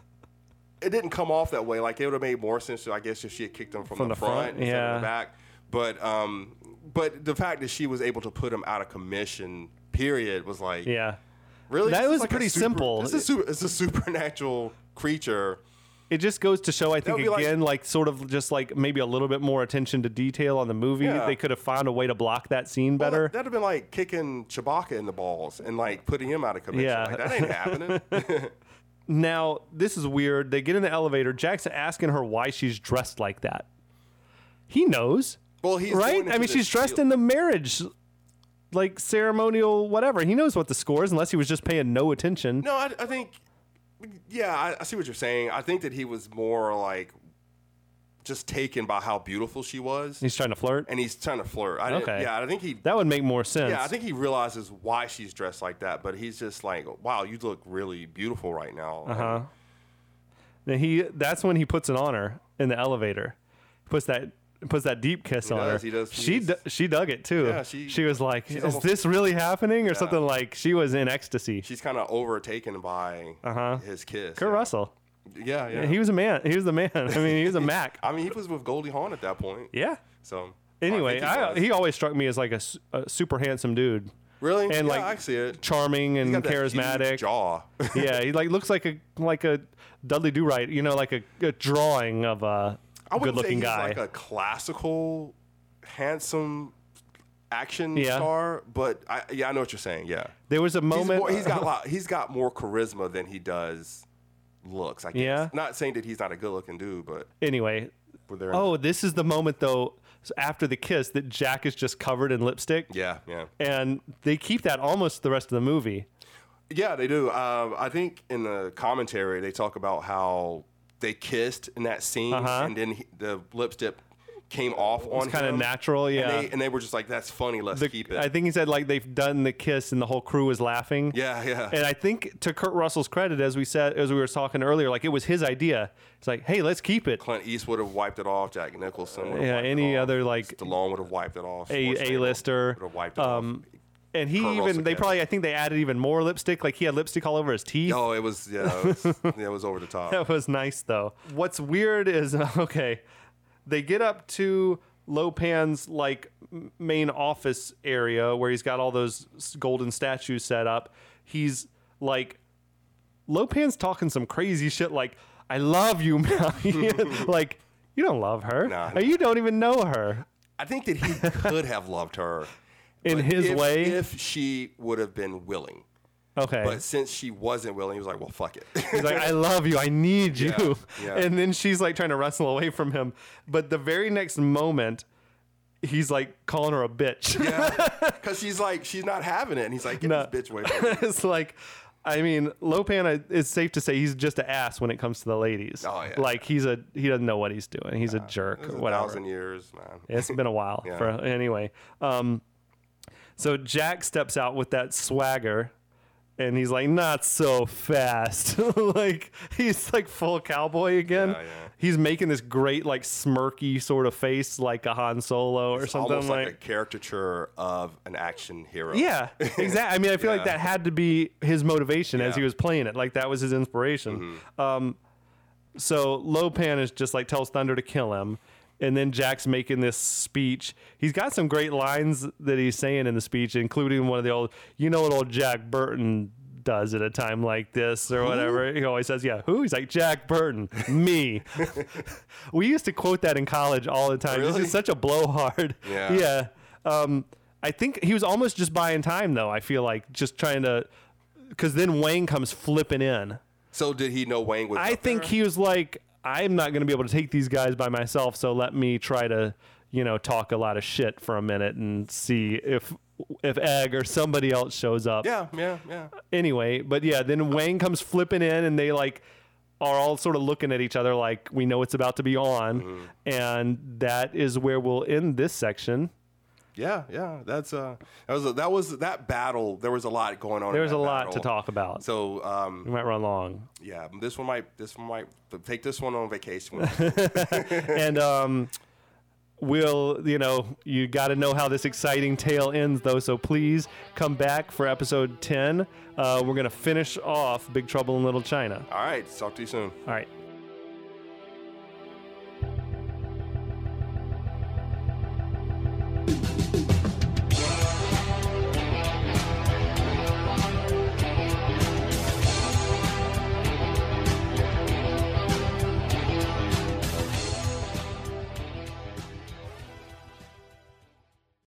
Speaker 4: it didn't come off that way. Like it would have made more sense, I guess, if she had kicked him from,
Speaker 3: From
Speaker 4: the,
Speaker 3: the front,
Speaker 4: front, instead of
Speaker 3: yeah.
Speaker 4: the back. But um, but the fact that she was able to put him out of commission, period, was like
Speaker 3: yeah,
Speaker 4: really
Speaker 3: That
Speaker 4: This is
Speaker 3: was
Speaker 4: like a
Speaker 3: pretty
Speaker 4: super-
Speaker 3: simple.
Speaker 4: This is super, it's a supernatural creature.
Speaker 3: it just goes to show. I think
Speaker 4: would be like-
Speaker 3: again, like, sort of just like maybe a little bit more attention to detail on the movie.
Speaker 4: Yeah.
Speaker 3: They could have found a way to block that scene
Speaker 4: Well,
Speaker 3: better.
Speaker 4: that, would have been like kicking Chewbacca in the balls and like putting him out of commission.
Speaker 3: Yeah.
Speaker 4: Like, that ain't happening.
Speaker 3: now this is weird. They get in the elevator. Jack's asking her why she's dressed like that. He knows.
Speaker 4: well, he's going
Speaker 3: right?
Speaker 4: into
Speaker 3: I mean,
Speaker 4: this
Speaker 3: she's dressed
Speaker 4: shield-
Speaker 3: in the marriage, like ceremonial, whatever. He knows what the score is, unless he was just paying no attention.
Speaker 4: No, I, I think, yeah, I, I see what you're saying. I think that he was more like just taken by how beautiful she was,
Speaker 3: He's trying to flirt.
Speaker 4: and he's trying to flirt. I didn't
Speaker 3: Okay.
Speaker 4: Yeah, I think he.
Speaker 3: That would make more sense.
Speaker 4: yeah, I think he realizes why she's dressed like that, but he's just like, "Wow, you look really beautiful right now." Uh-huh.
Speaker 3: Then he that's when he puts it on her in the elevator. Puts that puts that deep kiss on
Speaker 4: does,
Speaker 3: her.
Speaker 4: he does, he
Speaker 3: she
Speaker 4: is-
Speaker 3: d- she dug it too.
Speaker 4: Yeah,
Speaker 3: she,
Speaker 4: she-
Speaker 3: was like, "Is
Speaker 4: almost-
Speaker 3: this really happening?" or something like she was in ecstasy.
Speaker 4: She's kind of overtaken by uh his kiss.
Speaker 3: Uh-huh. Kurt
Speaker 4: yeah.
Speaker 3: Russell,
Speaker 4: Yeah, yeah.
Speaker 3: he was a man. He was the man. I mean, he was a Mac.
Speaker 4: I mean, he was with Goldie Hawn at that point.
Speaker 3: Yeah.
Speaker 4: So
Speaker 3: Anyway,
Speaker 4: think he
Speaker 3: I,
Speaker 4: was.
Speaker 3: he, always struck me as like a, s- a super handsome dude,
Speaker 4: really
Speaker 3: and,
Speaker 4: yeah,
Speaker 3: like,
Speaker 4: I see it.
Speaker 3: charming and
Speaker 4: He's got that huge
Speaker 3: charismatic.
Speaker 4: jaw.
Speaker 3: yeah, he like looks like a like a Dudley Do Right, you know, like a, a drawing of a
Speaker 4: I
Speaker 3: good
Speaker 4: wouldn't say
Speaker 3: looking
Speaker 4: he's
Speaker 3: guy.
Speaker 4: like a classical, handsome action
Speaker 3: Yeah.
Speaker 4: star, but I, yeah, I know what you're saying. Yeah,
Speaker 3: there was a
Speaker 4: he's,
Speaker 3: moment.
Speaker 4: more, he's got a lot, he's got more charisma than he does looks. I guess.
Speaker 3: Yeah.
Speaker 4: Not saying that he's not a good looking dude, but
Speaker 3: anyway,
Speaker 4: we're there.
Speaker 3: oh, this is the moment though s- after the kiss that Jack is just covered in lipstick,
Speaker 4: yeah, yeah,
Speaker 3: and they keep that almost the rest of the movie.
Speaker 4: yeah. They do. Um, I think in the commentary they talk about how they kissed in that scene,
Speaker 3: Uh-huh.
Speaker 4: and then he, the lipstick came off on
Speaker 3: kinda
Speaker 4: him.
Speaker 3: natural, yeah.
Speaker 4: And they, and they were just like, "That's funny. Let's
Speaker 3: The-
Speaker 4: keep it."
Speaker 3: I think he said like they've done the kiss and the whole crew is laughing.
Speaker 4: yeah, yeah.
Speaker 3: And I think to Kurt Russell's credit, as we said, as we were talking earlier, like it was his idea. It's like, hey, let's keep it.
Speaker 4: Clint Eastwood have wiped it off. Jack Nicholson. Would have
Speaker 3: Yeah,
Speaker 4: wiped it
Speaker 3: any
Speaker 4: off.
Speaker 3: other like
Speaker 4: Stallone would have wiped it off.
Speaker 3: a
Speaker 4: Schwarzenegger
Speaker 3: a lister.
Speaker 4: would have wiped it
Speaker 3: Um, and he
Speaker 4: Kurt
Speaker 3: even
Speaker 4: Russell
Speaker 3: they
Speaker 4: can.
Speaker 3: probably I think they added even more lipstick. Like he had lipstick all over his teeth.
Speaker 4: off. Oh, it was yeah, it was, yeah, it was over the top.
Speaker 3: That was nice though. What's weird is okay, they get up to Lopan's like m- main office area where he's got all those s- golden statues set up. He's like Lopan's talking some crazy shit like I love you, Mallory." like you don't love her.
Speaker 4: Nah.
Speaker 3: Or you don't even know her
Speaker 4: I think that he could have loved her
Speaker 3: in
Speaker 4: but
Speaker 3: his
Speaker 4: if-
Speaker 3: way.
Speaker 4: if she would have been willing.
Speaker 3: okay.
Speaker 4: But since she wasn't willing, he was like, "Well, fuck it."
Speaker 3: He's like, I love you. I need you.
Speaker 4: yeah.
Speaker 3: And then she's like trying to wrestle away from him. But the very next moment, he's like calling her a bitch.
Speaker 4: Because she's like, she's not having it, and he's like, "Get
Speaker 3: No.
Speaker 4: this bitch away from me."
Speaker 3: it's like, I mean, Lopan, I- it's safe to say he's just an ass when it comes to the ladies.
Speaker 4: Oh, yeah.
Speaker 3: Like, he's a, he doesn't know what he's doing. He's a jerk
Speaker 4: It's
Speaker 3: or
Speaker 4: a
Speaker 3: whatever.
Speaker 4: thousand years, man.
Speaker 3: It's been a while. For anyway, um, so Jack steps out with that swagger, and he's like, "Not so fast!" like he's like full cowboy again.
Speaker 4: Yeah, yeah.
Speaker 3: He's making this great like smirky sort of face, like a Han Solo or something
Speaker 4: Almost like, a caricature of an action hero.
Speaker 3: yeah, exactly. I mean, I feel like that had to be his motivation as
Speaker 4: Yeah. Mm-hmm.
Speaker 3: he was playing it. Like that was his inspiration. Um, so Lopan is just like tells Thunder to kill him, and then Jack's making this speech. He's got some great lines that he's saying in the speech, including one of the old, you know, what old Jack Burton does at a time like this or whatever. He always says, "Yeah, who?" He's like Jack Burton, me. we used to quote that in college all the time. This
Speaker 4: Really?
Speaker 3: is such a blowhard.
Speaker 4: Yeah.
Speaker 3: Yeah. Um, I think he was almost just buying time, though. I feel like just trying to, because then Wayne comes flipping in.
Speaker 4: So did he know Wayne was?
Speaker 3: I
Speaker 4: up
Speaker 3: think he was like, I'm not going to be able to take these guys by myself, so let me try to, you know, talk a lot of shit for a minute and see if if Egg or somebody else shows up.
Speaker 4: there? Yeah, yeah, yeah.
Speaker 3: Anyway, but yeah, then Wayne comes flipping in, and they like are all sort of looking at each other like we know it's about to be on, and that is where we'll end this section.
Speaker 4: Yeah, yeah. That's uh, that was that was that battle. There was a lot going on. in
Speaker 3: There was
Speaker 4: that
Speaker 3: a lot
Speaker 4: battle.
Speaker 3: to talk about.
Speaker 4: So um,
Speaker 3: we might run long,
Speaker 4: yeah, this one might this one might take this one on vacation. with you.
Speaker 3: and um, we'll you know you got to know how this exciting tale ends though. So please come back for episode ten. Uh, we're gonna finish off Big Trouble in Little China.
Speaker 4: All right, talk to you soon.
Speaker 3: All right.